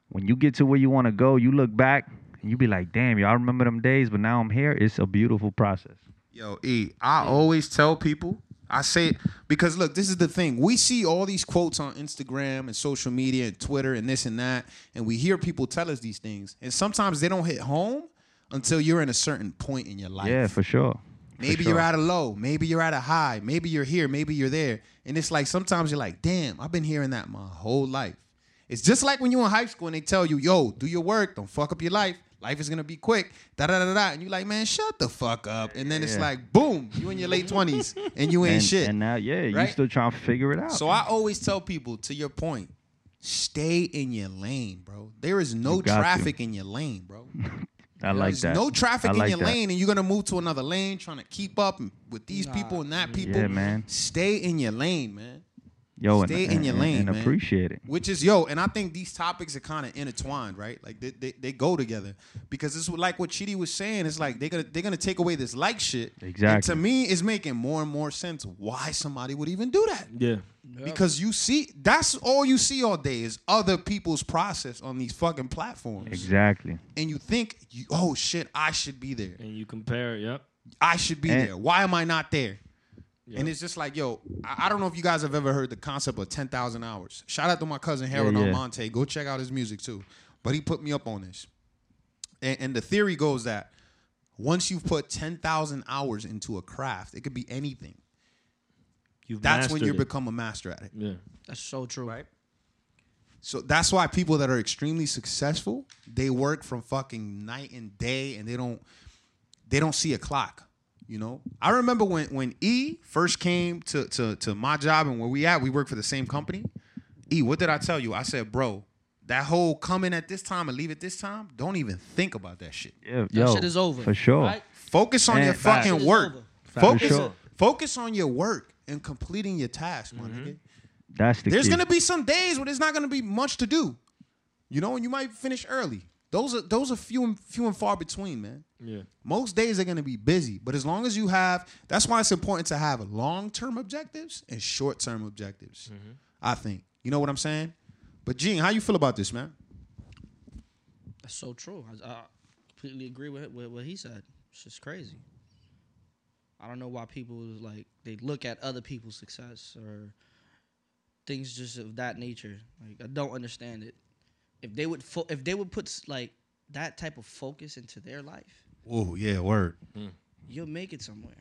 [SPEAKER 2] When you get to where you want to go, you look back and you be like, "Damn, y'all remember them days, but now I'm here." It's a beautiful process.
[SPEAKER 1] yo, E, I always tell people, I say it
[SPEAKER 3] because look, this is the thing. We see all these quotes on Instagram and social media and Twitter and this and that, and we hear people tell us these things. And sometimes they don't hit home until you're in a certain point in your life.
[SPEAKER 2] Yeah, for sure. For
[SPEAKER 3] Maybe
[SPEAKER 2] sure.
[SPEAKER 3] you're at a low, maybe you're at a high, maybe you're here, maybe you're there. And it's like sometimes you're like, damn, I've been hearing that my whole life. It's just like when you in high school and they tell you, yo, do your work, don't fuck up your life. Life is gonna be quick, da da da da, da. And you're like, man, shut the fuck up. And then it's
[SPEAKER 2] Yeah.
[SPEAKER 3] like, boom, you in your late twenties and you ain't
[SPEAKER 2] and,
[SPEAKER 3] shit.
[SPEAKER 2] And now, yeah, you
[SPEAKER 3] Right?
[SPEAKER 2] still trying to figure it out.
[SPEAKER 3] So I always tell people, to your point, stay in your lane, bro. There is no
[SPEAKER 2] You got to.
[SPEAKER 3] traffic in your lane, bro.
[SPEAKER 2] I like
[SPEAKER 3] There's
[SPEAKER 2] that.
[SPEAKER 3] no traffic
[SPEAKER 2] I
[SPEAKER 3] in
[SPEAKER 2] like
[SPEAKER 3] your
[SPEAKER 2] that.
[SPEAKER 3] lane, and you're gonna move to another lane trying to keep up with these people and that people.
[SPEAKER 2] Yeah, man.
[SPEAKER 3] Stay in your lane, man.
[SPEAKER 2] Yo, and,
[SPEAKER 3] Stay in
[SPEAKER 2] and-
[SPEAKER 3] your
[SPEAKER 2] and-
[SPEAKER 3] lane,
[SPEAKER 2] and
[SPEAKER 3] man.
[SPEAKER 2] appreciate it.
[SPEAKER 3] Which is yo, and I think these topics are kind of intertwined, right? Like they, they, they go together because it's like what Chidi was saying. It's like they're gonna they're gonna take away this like shit. And
[SPEAKER 2] Exactly.
[SPEAKER 3] to me, it's making more and more sense why somebody would even do that.
[SPEAKER 5] Yeah.
[SPEAKER 3] Because you see, that's all you see all day is other people's process on these fucking platforms,
[SPEAKER 2] Exactly.
[SPEAKER 3] and you think, you, oh shit, I should be there.
[SPEAKER 5] And you compare. Yep.
[SPEAKER 3] I should be
[SPEAKER 2] And-
[SPEAKER 3] there. Why am I not there? And it's just like, yo, I, I don't know if you guys have ever heard the concept of 10,000 hours. Shout out to my cousin Harold
[SPEAKER 2] yeah.
[SPEAKER 3] Almonte. Go check out his music too. But he put me up on this. And, and the theory goes that once you've put 10,000 hours into a craft, it could be anything.
[SPEAKER 5] You've
[SPEAKER 3] That's when you
[SPEAKER 5] mastered it.
[SPEAKER 3] become a master at it.
[SPEAKER 5] Yeah.
[SPEAKER 4] That's so true. Right?
[SPEAKER 3] So that's why people that are extremely successful, they work from fucking night and day and they don't they don't see a clock. You know? I remember when when E first came to to to my job and where we at, we work for the same company. E, what did I tell you? I said, bro, that whole come in at this time and leave at this time, don't even think about that shit.
[SPEAKER 2] Yeah,
[SPEAKER 4] That
[SPEAKER 2] yo,
[SPEAKER 4] shit is over.
[SPEAKER 2] For sure.
[SPEAKER 4] Right?
[SPEAKER 3] Focus on
[SPEAKER 2] Man,
[SPEAKER 3] your
[SPEAKER 2] facts.
[SPEAKER 3] fucking
[SPEAKER 4] Shit is
[SPEAKER 3] work.
[SPEAKER 4] over.
[SPEAKER 2] Facts.
[SPEAKER 3] Focus,
[SPEAKER 2] For sure.
[SPEAKER 3] focus on your work and completing your task,
[SPEAKER 2] Mm-hmm.
[SPEAKER 3] my nigga.
[SPEAKER 2] That's the
[SPEAKER 3] There's
[SPEAKER 2] key.
[SPEAKER 3] gonna be some days where there's not gonna be much to do. You know, and you might finish early. Those are those are few and few and far between, man.
[SPEAKER 5] Yeah.
[SPEAKER 3] Most days are gonna be busy, but as long as you have, that's why it's important to have long term objectives and short term objectives. I think you know what I'm saying. But Gene, how you feel about this, man?
[SPEAKER 4] That's so true. I, I completely agree with, with what he said. It's just crazy. I don't know why people is like they look at other people's success or things just of that nature. Like I don't understand it. If they would fo- if they would put s- like that type of focus into their life,
[SPEAKER 3] Oh yeah, word.
[SPEAKER 4] you'll make it somewhere.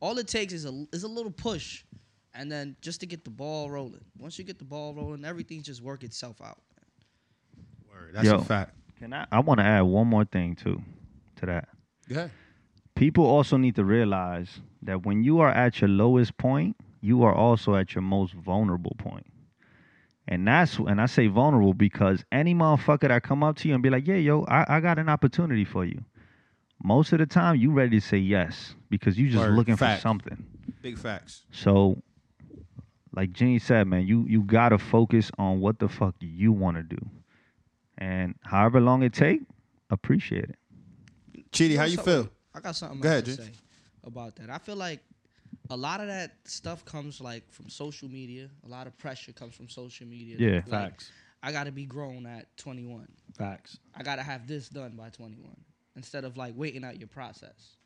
[SPEAKER 4] All it takes is a is a little push, and then just to get the ball rolling. Once you get the ball rolling, everything just work itself out.
[SPEAKER 3] Word. That's
[SPEAKER 2] Yo.
[SPEAKER 3] a fact.
[SPEAKER 2] Can I? I want to add one more thing too, to that.
[SPEAKER 3] Yeah.
[SPEAKER 2] People also need to realize that when you are at your lowest point, you are also at your most vulnerable point. And that's and I say vulnerable because any motherfucker that come up to you and be like, "Yeah, yo, I, I got an opportunity for you," most of the time you ready to say yes because you just
[SPEAKER 3] Word.
[SPEAKER 2] looking
[SPEAKER 3] Fact.
[SPEAKER 2] for something.
[SPEAKER 3] Big facts.
[SPEAKER 2] So, like Jenny said, man, you you gotta focus on what the fuck you want to do, And however long it take, appreciate it.
[SPEAKER 3] Chidi, how
[SPEAKER 4] know
[SPEAKER 3] you
[SPEAKER 4] something?
[SPEAKER 3] feel?
[SPEAKER 4] I got something
[SPEAKER 3] Go
[SPEAKER 4] else
[SPEAKER 3] ahead,
[SPEAKER 4] to
[SPEAKER 3] Jay.
[SPEAKER 4] say about that. I feel like a lot of that stuff comes like from social media. A lot of pressure comes from social media.
[SPEAKER 2] Yeah.
[SPEAKER 4] Like,
[SPEAKER 5] Facts.
[SPEAKER 4] I got to be grown at 21.
[SPEAKER 5] Facts.
[SPEAKER 4] I got to have this done by 21 instead of like waiting out your process.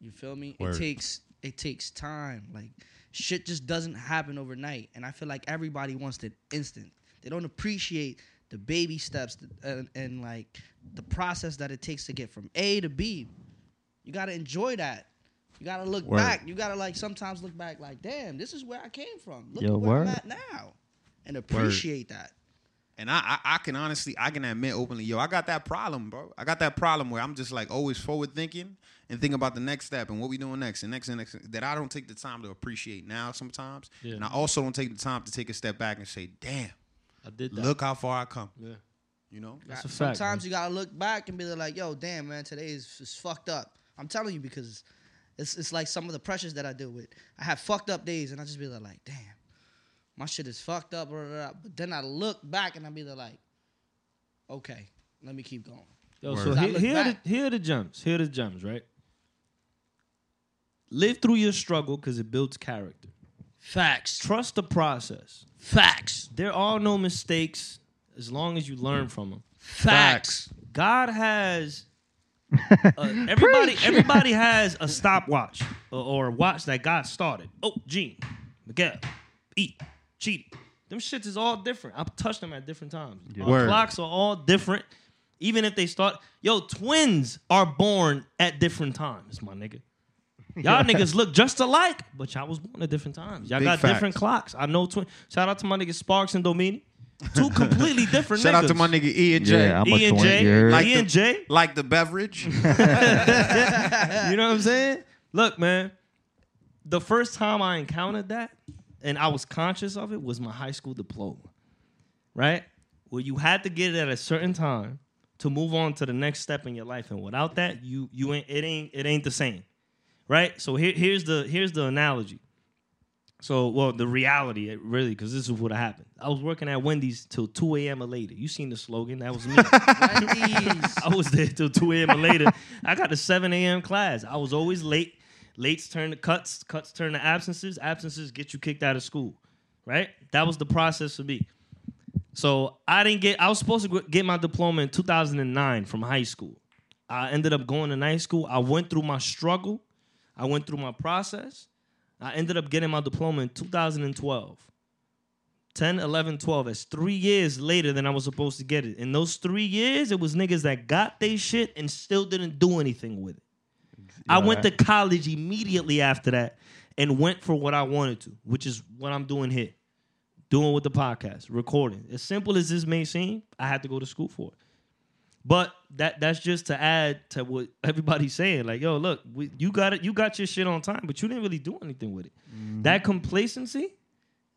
[SPEAKER 4] You feel me?
[SPEAKER 3] Word.
[SPEAKER 4] It takes it takes time. Like shit just doesn't happen overnight, and I feel like everybody wants it instant. They don't appreciate the baby steps th- and, and like the process that it takes to get from A to B. You gotta enjoy that. You gotta look
[SPEAKER 2] Word.
[SPEAKER 4] back. You gotta like sometimes look back like, damn, this is where I came from. Look
[SPEAKER 2] Yo,
[SPEAKER 4] at where
[SPEAKER 2] word.
[SPEAKER 4] I'm at now, and appreciate that.
[SPEAKER 3] And I, I, I can honestly, I can admit openly, yo, I got that problem, bro. I got that problem where I'm just like always forward thinking and thinking about the next step and what we doing next and next and next. That I don't take the time to appreciate now sometimes,
[SPEAKER 5] Yeah.
[SPEAKER 3] and I also don't take the time to take a step back and say, damn,
[SPEAKER 5] I did that.
[SPEAKER 3] look how far I come.
[SPEAKER 5] Yeah.
[SPEAKER 3] You know,
[SPEAKER 5] That's a fact.
[SPEAKER 4] Sometimes you gotta look back and be like, "Yo, damn, man, today is, is fucked up." I'm telling you because it's it's like some of the pressures that I deal with. I have fucked up days, and I just be like, "Damn, my shit is fucked up." Blah, blah, blah. But then I look back and I be like, "Okay, let me keep going."
[SPEAKER 5] Yo,
[SPEAKER 3] Word.
[SPEAKER 5] so
[SPEAKER 4] Cause I
[SPEAKER 5] here,
[SPEAKER 4] look
[SPEAKER 5] here, are the,
[SPEAKER 4] back.
[SPEAKER 5] here are the gems. Here are the gems, right? Live through your struggle because it builds character.
[SPEAKER 4] Facts.
[SPEAKER 5] Trust the process.
[SPEAKER 4] Facts.
[SPEAKER 5] There are no mistakes as long as you learn from them.
[SPEAKER 4] Facts.
[SPEAKER 5] God has uh, everybody. everybody has a stopwatch or, or a watch that God started. Oh, Gene, Miguel, E, Cheaty. Them shits is all different. I've touched them at different times. Our
[SPEAKER 3] Word.
[SPEAKER 5] clocks are all different. Even if they start, yo, twins are born at different times, my nigga. Y'all niggas look just alike, but y'all was born at different times. Y'all
[SPEAKER 3] Big
[SPEAKER 5] got different
[SPEAKER 3] facts.
[SPEAKER 5] clocks. I know twin. Shout out to my nigga Sparks and Domini. Two completely different
[SPEAKER 3] Shout
[SPEAKER 5] niggas.
[SPEAKER 3] out to my nigga E and J,
[SPEAKER 2] Yeah, I'm a
[SPEAKER 5] E and J,
[SPEAKER 2] twin. you
[SPEAKER 3] Like
[SPEAKER 5] E
[SPEAKER 3] the-
[SPEAKER 5] and J.
[SPEAKER 3] like the beverage.
[SPEAKER 5] You know what I'm saying? Look, man. The first time I encountered that, and I was conscious of it, was my high school diploma. Right? Where you had to get it at a certain time to move on to the next step in your life, and without that, you you ain't it ain't it ain't the same. Right? So here, here's the here's the analogy. So, well, the reality, it really, because this is what happened. I was working at Wendy's till 2 a.m. or later. You seen the slogan? That was me.
[SPEAKER 4] Wendy's.
[SPEAKER 5] I was there till 2 a.m. and later. I got the 7 a.m. class. I was always late. Lates turn to cuts. Cuts turn to absences. Absences get you kicked out of school. Right? That was the process for me. So I didn't get, I was supposed to get my diploma in 2009 from high school. I ended up going to night school. I went through my struggle. I went through my process. I ended up getting my diploma in 2012. 10, 11, 12. That's three years later than I was supposed to get it. In those three years, it was niggas that got they shit and still didn't do anything with it. I went to college immediately after that and went for what I wanted to, which is what I'm doing here, doing with the podcast, recording. As simple as this may seem, I had to go to school for it. But that that's just to add to what everybody's saying. Like, yo, look, we, you got it, you got your shit on time, but you didn't really do anything with it.
[SPEAKER 3] Mm-hmm.
[SPEAKER 5] That complacency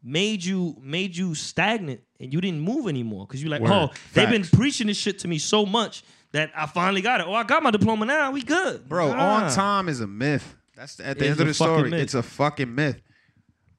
[SPEAKER 5] made you made you stagnant and you didn't move anymore because you like,
[SPEAKER 3] Word.
[SPEAKER 5] oh, they've been
[SPEAKER 3] Facts.
[SPEAKER 5] preaching this shit to me so much that I finally got it. Oh, I got my diploma now. We good,
[SPEAKER 3] Bro,
[SPEAKER 5] Nah.
[SPEAKER 3] on time is a myth. That's the, at the
[SPEAKER 5] It's
[SPEAKER 3] end of
[SPEAKER 5] a
[SPEAKER 3] the
[SPEAKER 5] fucking
[SPEAKER 3] story.
[SPEAKER 5] myth.
[SPEAKER 3] It's a fucking myth.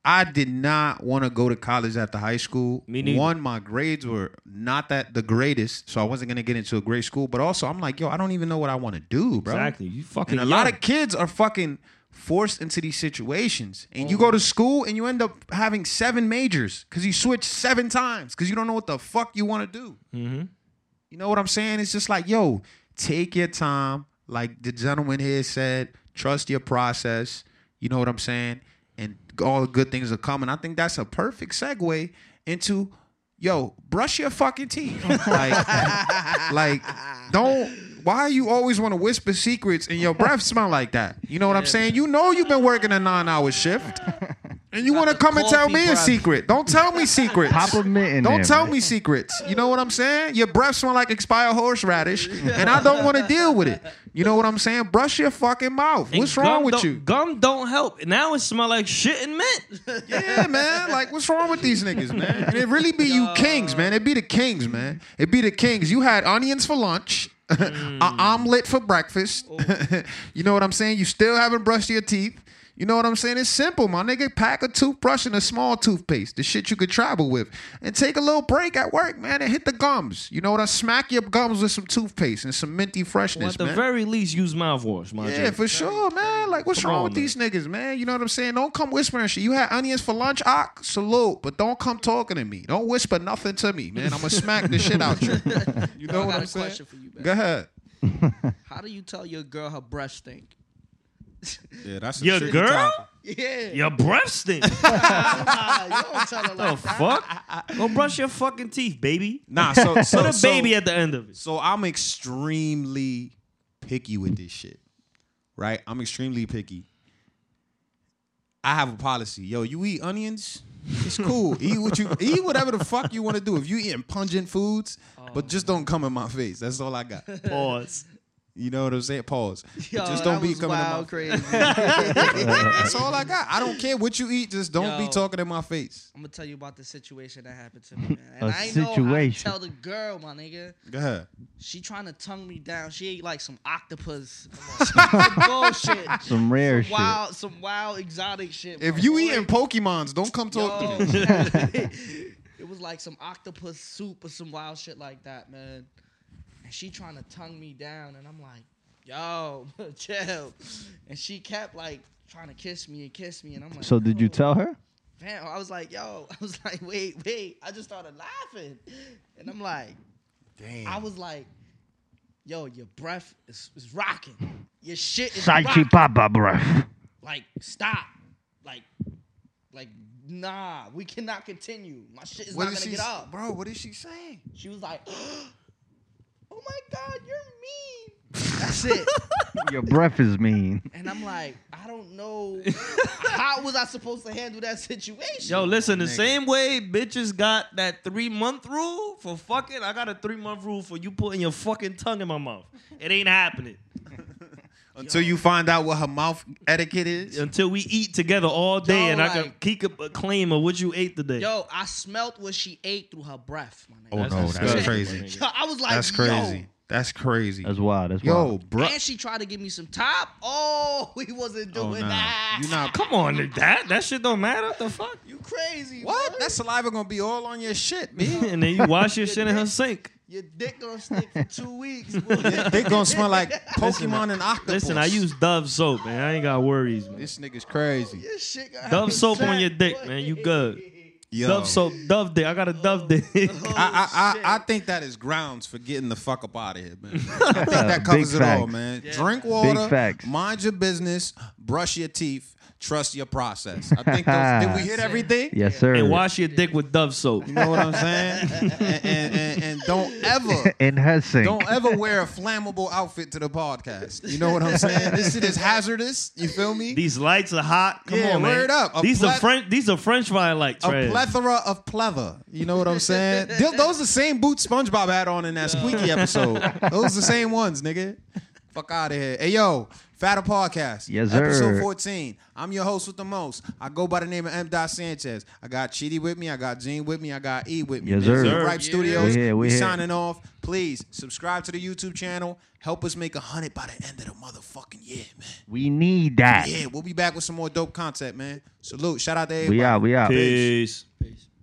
[SPEAKER 3] I did not want to go to college after high school.
[SPEAKER 5] Me neither.
[SPEAKER 3] One, my grades were not that the greatest, so I wasn't gonna get into a great school. But also, I'm like, yo, I don't even know what I want to do, bro.
[SPEAKER 5] Exactly. You fucking
[SPEAKER 3] And a lot of kids are fucking forced into these situations. And
[SPEAKER 5] Oh
[SPEAKER 3] you go to school and you end up having seven majors because you switch seven times because you don't know what the fuck you want to do. You know what I'm saying? It's just like, yo, take your time. Like the gentleman here said, trust your process. You know what I'm saying? And all the good things are coming. I think that's a perfect segue into, yo, brush your fucking teeth. like, like, don't. Why you always want to whisper secrets and your breath smell like that? You know what I'm saying? You know you've been working a nine-hour shift, and you want to
[SPEAKER 4] the
[SPEAKER 3] come and tell
[SPEAKER 4] coffee
[SPEAKER 3] me a
[SPEAKER 4] breath.
[SPEAKER 3] secret. Don't tell me secrets.
[SPEAKER 2] Pop a mint in
[SPEAKER 3] Don't
[SPEAKER 2] there,
[SPEAKER 3] tell
[SPEAKER 2] man.
[SPEAKER 3] me secrets. You know what I'm saying? Your breath smell like expired horseradish, and I don't want to deal with it. You know what I'm saying? Brush your fucking mouth.
[SPEAKER 5] And
[SPEAKER 3] What's wrong
[SPEAKER 5] gum
[SPEAKER 3] with
[SPEAKER 5] don't-
[SPEAKER 3] you?
[SPEAKER 5] Gum don't help. Now it smell like shit and mint.
[SPEAKER 3] Yeah, man. Like, what's wrong with these niggas, man? And it really be you kings, man. It be the kings, man. It be the kings. You had onions for lunch, a omelet for breakfast. you know what I'm saying? You still haven't brushed your teeth.
[SPEAKER 7] You know what I'm saying? It's simple, my nigga. Pack a toothbrush and a small toothpaste, the shit you could travel with, and take a little break at work, man, and hit the gums. You know what? I smack your gums with some toothpaste and some minty
[SPEAKER 5] Well,
[SPEAKER 7] freshness,
[SPEAKER 5] at the
[SPEAKER 7] man.
[SPEAKER 5] very least, use mouthwash, my
[SPEAKER 7] yeah,
[SPEAKER 5] G.
[SPEAKER 7] for sure, man. Like, what's
[SPEAKER 5] Come
[SPEAKER 7] wrong
[SPEAKER 5] on,
[SPEAKER 7] with
[SPEAKER 5] man.
[SPEAKER 7] these niggas, man? You know what I'm saying? Don't come whispering shit. You had onions for lunch, Ock? Salute, but don't come talking to me. Don't whisper nothing to me, man. I'm gonna smack the shit out you. You know
[SPEAKER 4] I
[SPEAKER 7] what
[SPEAKER 4] got
[SPEAKER 7] I'm
[SPEAKER 4] a
[SPEAKER 7] saying?
[SPEAKER 4] question for you, man.
[SPEAKER 7] Go ahead.
[SPEAKER 4] How do you tell your girl her brush stink?
[SPEAKER 1] Yeah, that's a
[SPEAKER 5] Your
[SPEAKER 1] tricky
[SPEAKER 5] girl?
[SPEAKER 1] topic.
[SPEAKER 4] Yeah.
[SPEAKER 5] Your breath stink.
[SPEAKER 4] Nah, you don't tell her
[SPEAKER 5] the
[SPEAKER 4] like that.
[SPEAKER 5] fuck? Go brush your fucking teeth, baby.
[SPEAKER 1] Nah, so so
[SPEAKER 5] Put a
[SPEAKER 1] so-
[SPEAKER 5] baby at the end of it.
[SPEAKER 1] So I'm extremely picky with this shit, right? I'm extremely picky. I have a policy. Yo, you eat onions? It's cool. eat what you eat whatever the fuck you want to do. If you eating pungent foods,
[SPEAKER 4] Oh.
[SPEAKER 1] but just don't come in my face. That's all I got.
[SPEAKER 5] Pause.
[SPEAKER 1] You know what I'm saying? Pause. But
[SPEAKER 4] Yo,
[SPEAKER 1] just don't
[SPEAKER 4] that
[SPEAKER 1] be
[SPEAKER 4] was
[SPEAKER 1] coming in my
[SPEAKER 4] wild, crazy.
[SPEAKER 1] That's all I got. I don't care what you eat. Just don't be
[SPEAKER 4] Yo.
[SPEAKER 1] talking in my face.
[SPEAKER 4] I'm gonna tell you about the situation that happened to me, man. And
[SPEAKER 2] A
[SPEAKER 4] I ain't know how to
[SPEAKER 2] situation.
[SPEAKER 4] tell the girl, my nigga.
[SPEAKER 1] Go ahead.
[SPEAKER 4] She trying to tongue me down. She ate like some octopus, some bullshit,
[SPEAKER 2] Some rare shit.
[SPEAKER 4] wild, some wild exotic shit.
[SPEAKER 1] If
[SPEAKER 4] my
[SPEAKER 1] you
[SPEAKER 4] boy.
[SPEAKER 1] eating Pokemons, don't come talk to me.
[SPEAKER 4] Yo, man. it was like some octopus soup or some wild shit like that, man. And she trying to tongue me down, and I'm like, yo, chill. And she kept like trying to kiss me and kiss me, and I'm like,
[SPEAKER 2] So did you
[SPEAKER 4] "No."
[SPEAKER 2] tell her?
[SPEAKER 4] Damn, I was like, yo, I was like, wait, wait. I just started laughing. And I'm like,
[SPEAKER 1] Damn.
[SPEAKER 4] I was like, yo, your breath is, is rocking. Your shit is rocking.
[SPEAKER 2] Saichi Papa breath.
[SPEAKER 4] Like, stop. Like, like, nah, we cannot continue. My shit is
[SPEAKER 1] What
[SPEAKER 4] not
[SPEAKER 1] is
[SPEAKER 4] gonna
[SPEAKER 1] she,
[SPEAKER 4] get up.
[SPEAKER 1] bro? What is she saying?
[SPEAKER 4] She was like, oh my God, you're mean. That's it.
[SPEAKER 2] Your breath is mean.
[SPEAKER 4] and I'm like, I don't know. How was I supposed to handle that situation?
[SPEAKER 5] Yo, listen, the
[SPEAKER 1] Nigga.
[SPEAKER 5] same way bitches got that three month rule for fucking, I got a three month rule for you putting your fucking tongue in my mouth. It ain't happening
[SPEAKER 1] Until you find out what her mouth etiquette is.
[SPEAKER 5] until we eat together all day
[SPEAKER 4] Yo,
[SPEAKER 5] and I can
[SPEAKER 4] like-
[SPEAKER 5] keep a a claim of what you ate today.
[SPEAKER 4] Yo, I smelt what she ate through her breath, my nigga.
[SPEAKER 5] That's
[SPEAKER 3] Oh,
[SPEAKER 5] no, that's disgusting.
[SPEAKER 1] crazy.
[SPEAKER 4] Yo, I was like,
[SPEAKER 1] That's crazy. That's crazy.
[SPEAKER 2] That's wild. That's
[SPEAKER 1] Yo,
[SPEAKER 2] wild.
[SPEAKER 1] bro.
[SPEAKER 4] And she tried to give me some top. Oh, we wasn't
[SPEAKER 1] Oh,
[SPEAKER 4] doing
[SPEAKER 1] nah.
[SPEAKER 4] that.
[SPEAKER 1] You not
[SPEAKER 5] Come on, nigga, that that shit don't matter. What the fuck?
[SPEAKER 4] You crazy?
[SPEAKER 1] what?
[SPEAKER 4] bro.
[SPEAKER 1] That saliva gonna be all on your shit, man.
[SPEAKER 5] and then you wash your shit in her sink.
[SPEAKER 4] your dick gonna stick for two weeks. boy.
[SPEAKER 1] they gonna smell like Pokemon and octopus.
[SPEAKER 5] Listen, I use Dove soap, man. I ain't got worries, man.
[SPEAKER 1] this nigga's crazy.
[SPEAKER 4] Your shit gonna have
[SPEAKER 5] Dove
[SPEAKER 4] me
[SPEAKER 5] soap on
[SPEAKER 4] sacked,
[SPEAKER 5] your dick,
[SPEAKER 4] boy.
[SPEAKER 5] man. You good.
[SPEAKER 1] Yo,
[SPEAKER 5] Dove soap, Dove dick. I got a Dove dick.
[SPEAKER 1] I,
[SPEAKER 4] shit.
[SPEAKER 1] I, I, I think that is grounds for getting the fuck up out of here, man. I think that covers it
[SPEAKER 2] Big
[SPEAKER 1] all,
[SPEAKER 2] facts.
[SPEAKER 1] man. Drink water,
[SPEAKER 2] facts.
[SPEAKER 1] mind your business, brush your teeth, trust your process. I think those, did we hit everything?
[SPEAKER 2] yes, sir.
[SPEAKER 5] and wash your dick with Dove soap.
[SPEAKER 1] You know what I'm saying? and, and, and, and don't ever
[SPEAKER 2] In her sink.
[SPEAKER 1] Don't ever wear a flammable outfit to the podcast. You know what I'm saying? This shit is hazardous. You feel me?
[SPEAKER 5] These lights are hot. Come
[SPEAKER 1] Yeah,
[SPEAKER 5] on, man.
[SPEAKER 1] word up. A
[SPEAKER 5] these are
[SPEAKER 1] pleth-
[SPEAKER 5] French. These are French fry lights.
[SPEAKER 1] A
[SPEAKER 5] Trez.
[SPEAKER 1] plethora of pleather. You know what I'm saying? Th- Those the same boots SpongeBob had on in that squeaky episode. Those the same ones, nigga. Fuck out of here. Hey yo, Fatter Podcast.
[SPEAKER 2] Yes, sir.
[SPEAKER 1] Episode 14. I'm your host with the most. I go by the name of M. Dot Sanchez. I got Chidi with me. I got Gene with me. I got E with me.
[SPEAKER 2] Yes,
[SPEAKER 1] Niggas
[SPEAKER 2] sir.
[SPEAKER 1] in
[SPEAKER 5] Sir.
[SPEAKER 1] Ripe
[SPEAKER 5] Yeah.
[SPEAKER 1] Studios.
[SPEAKER 2] We here, we
[SPEAKER 1] We
[SPEAKER 2] here.
[SPEAKER 1] signing off. Please subscribe to the YouTube channel. Help us make a hundred by the end of the motherfucking year, man.
[SPEAKER 2] we need that.
[SPEAKER 1] Yeah, we'll be back with some more dope content, man. Salute. Shout out to everybody.
[SPEAKER 2] we out. We out.
[SPEAKER 5] Peace.
[SPEAKER 4] Peace.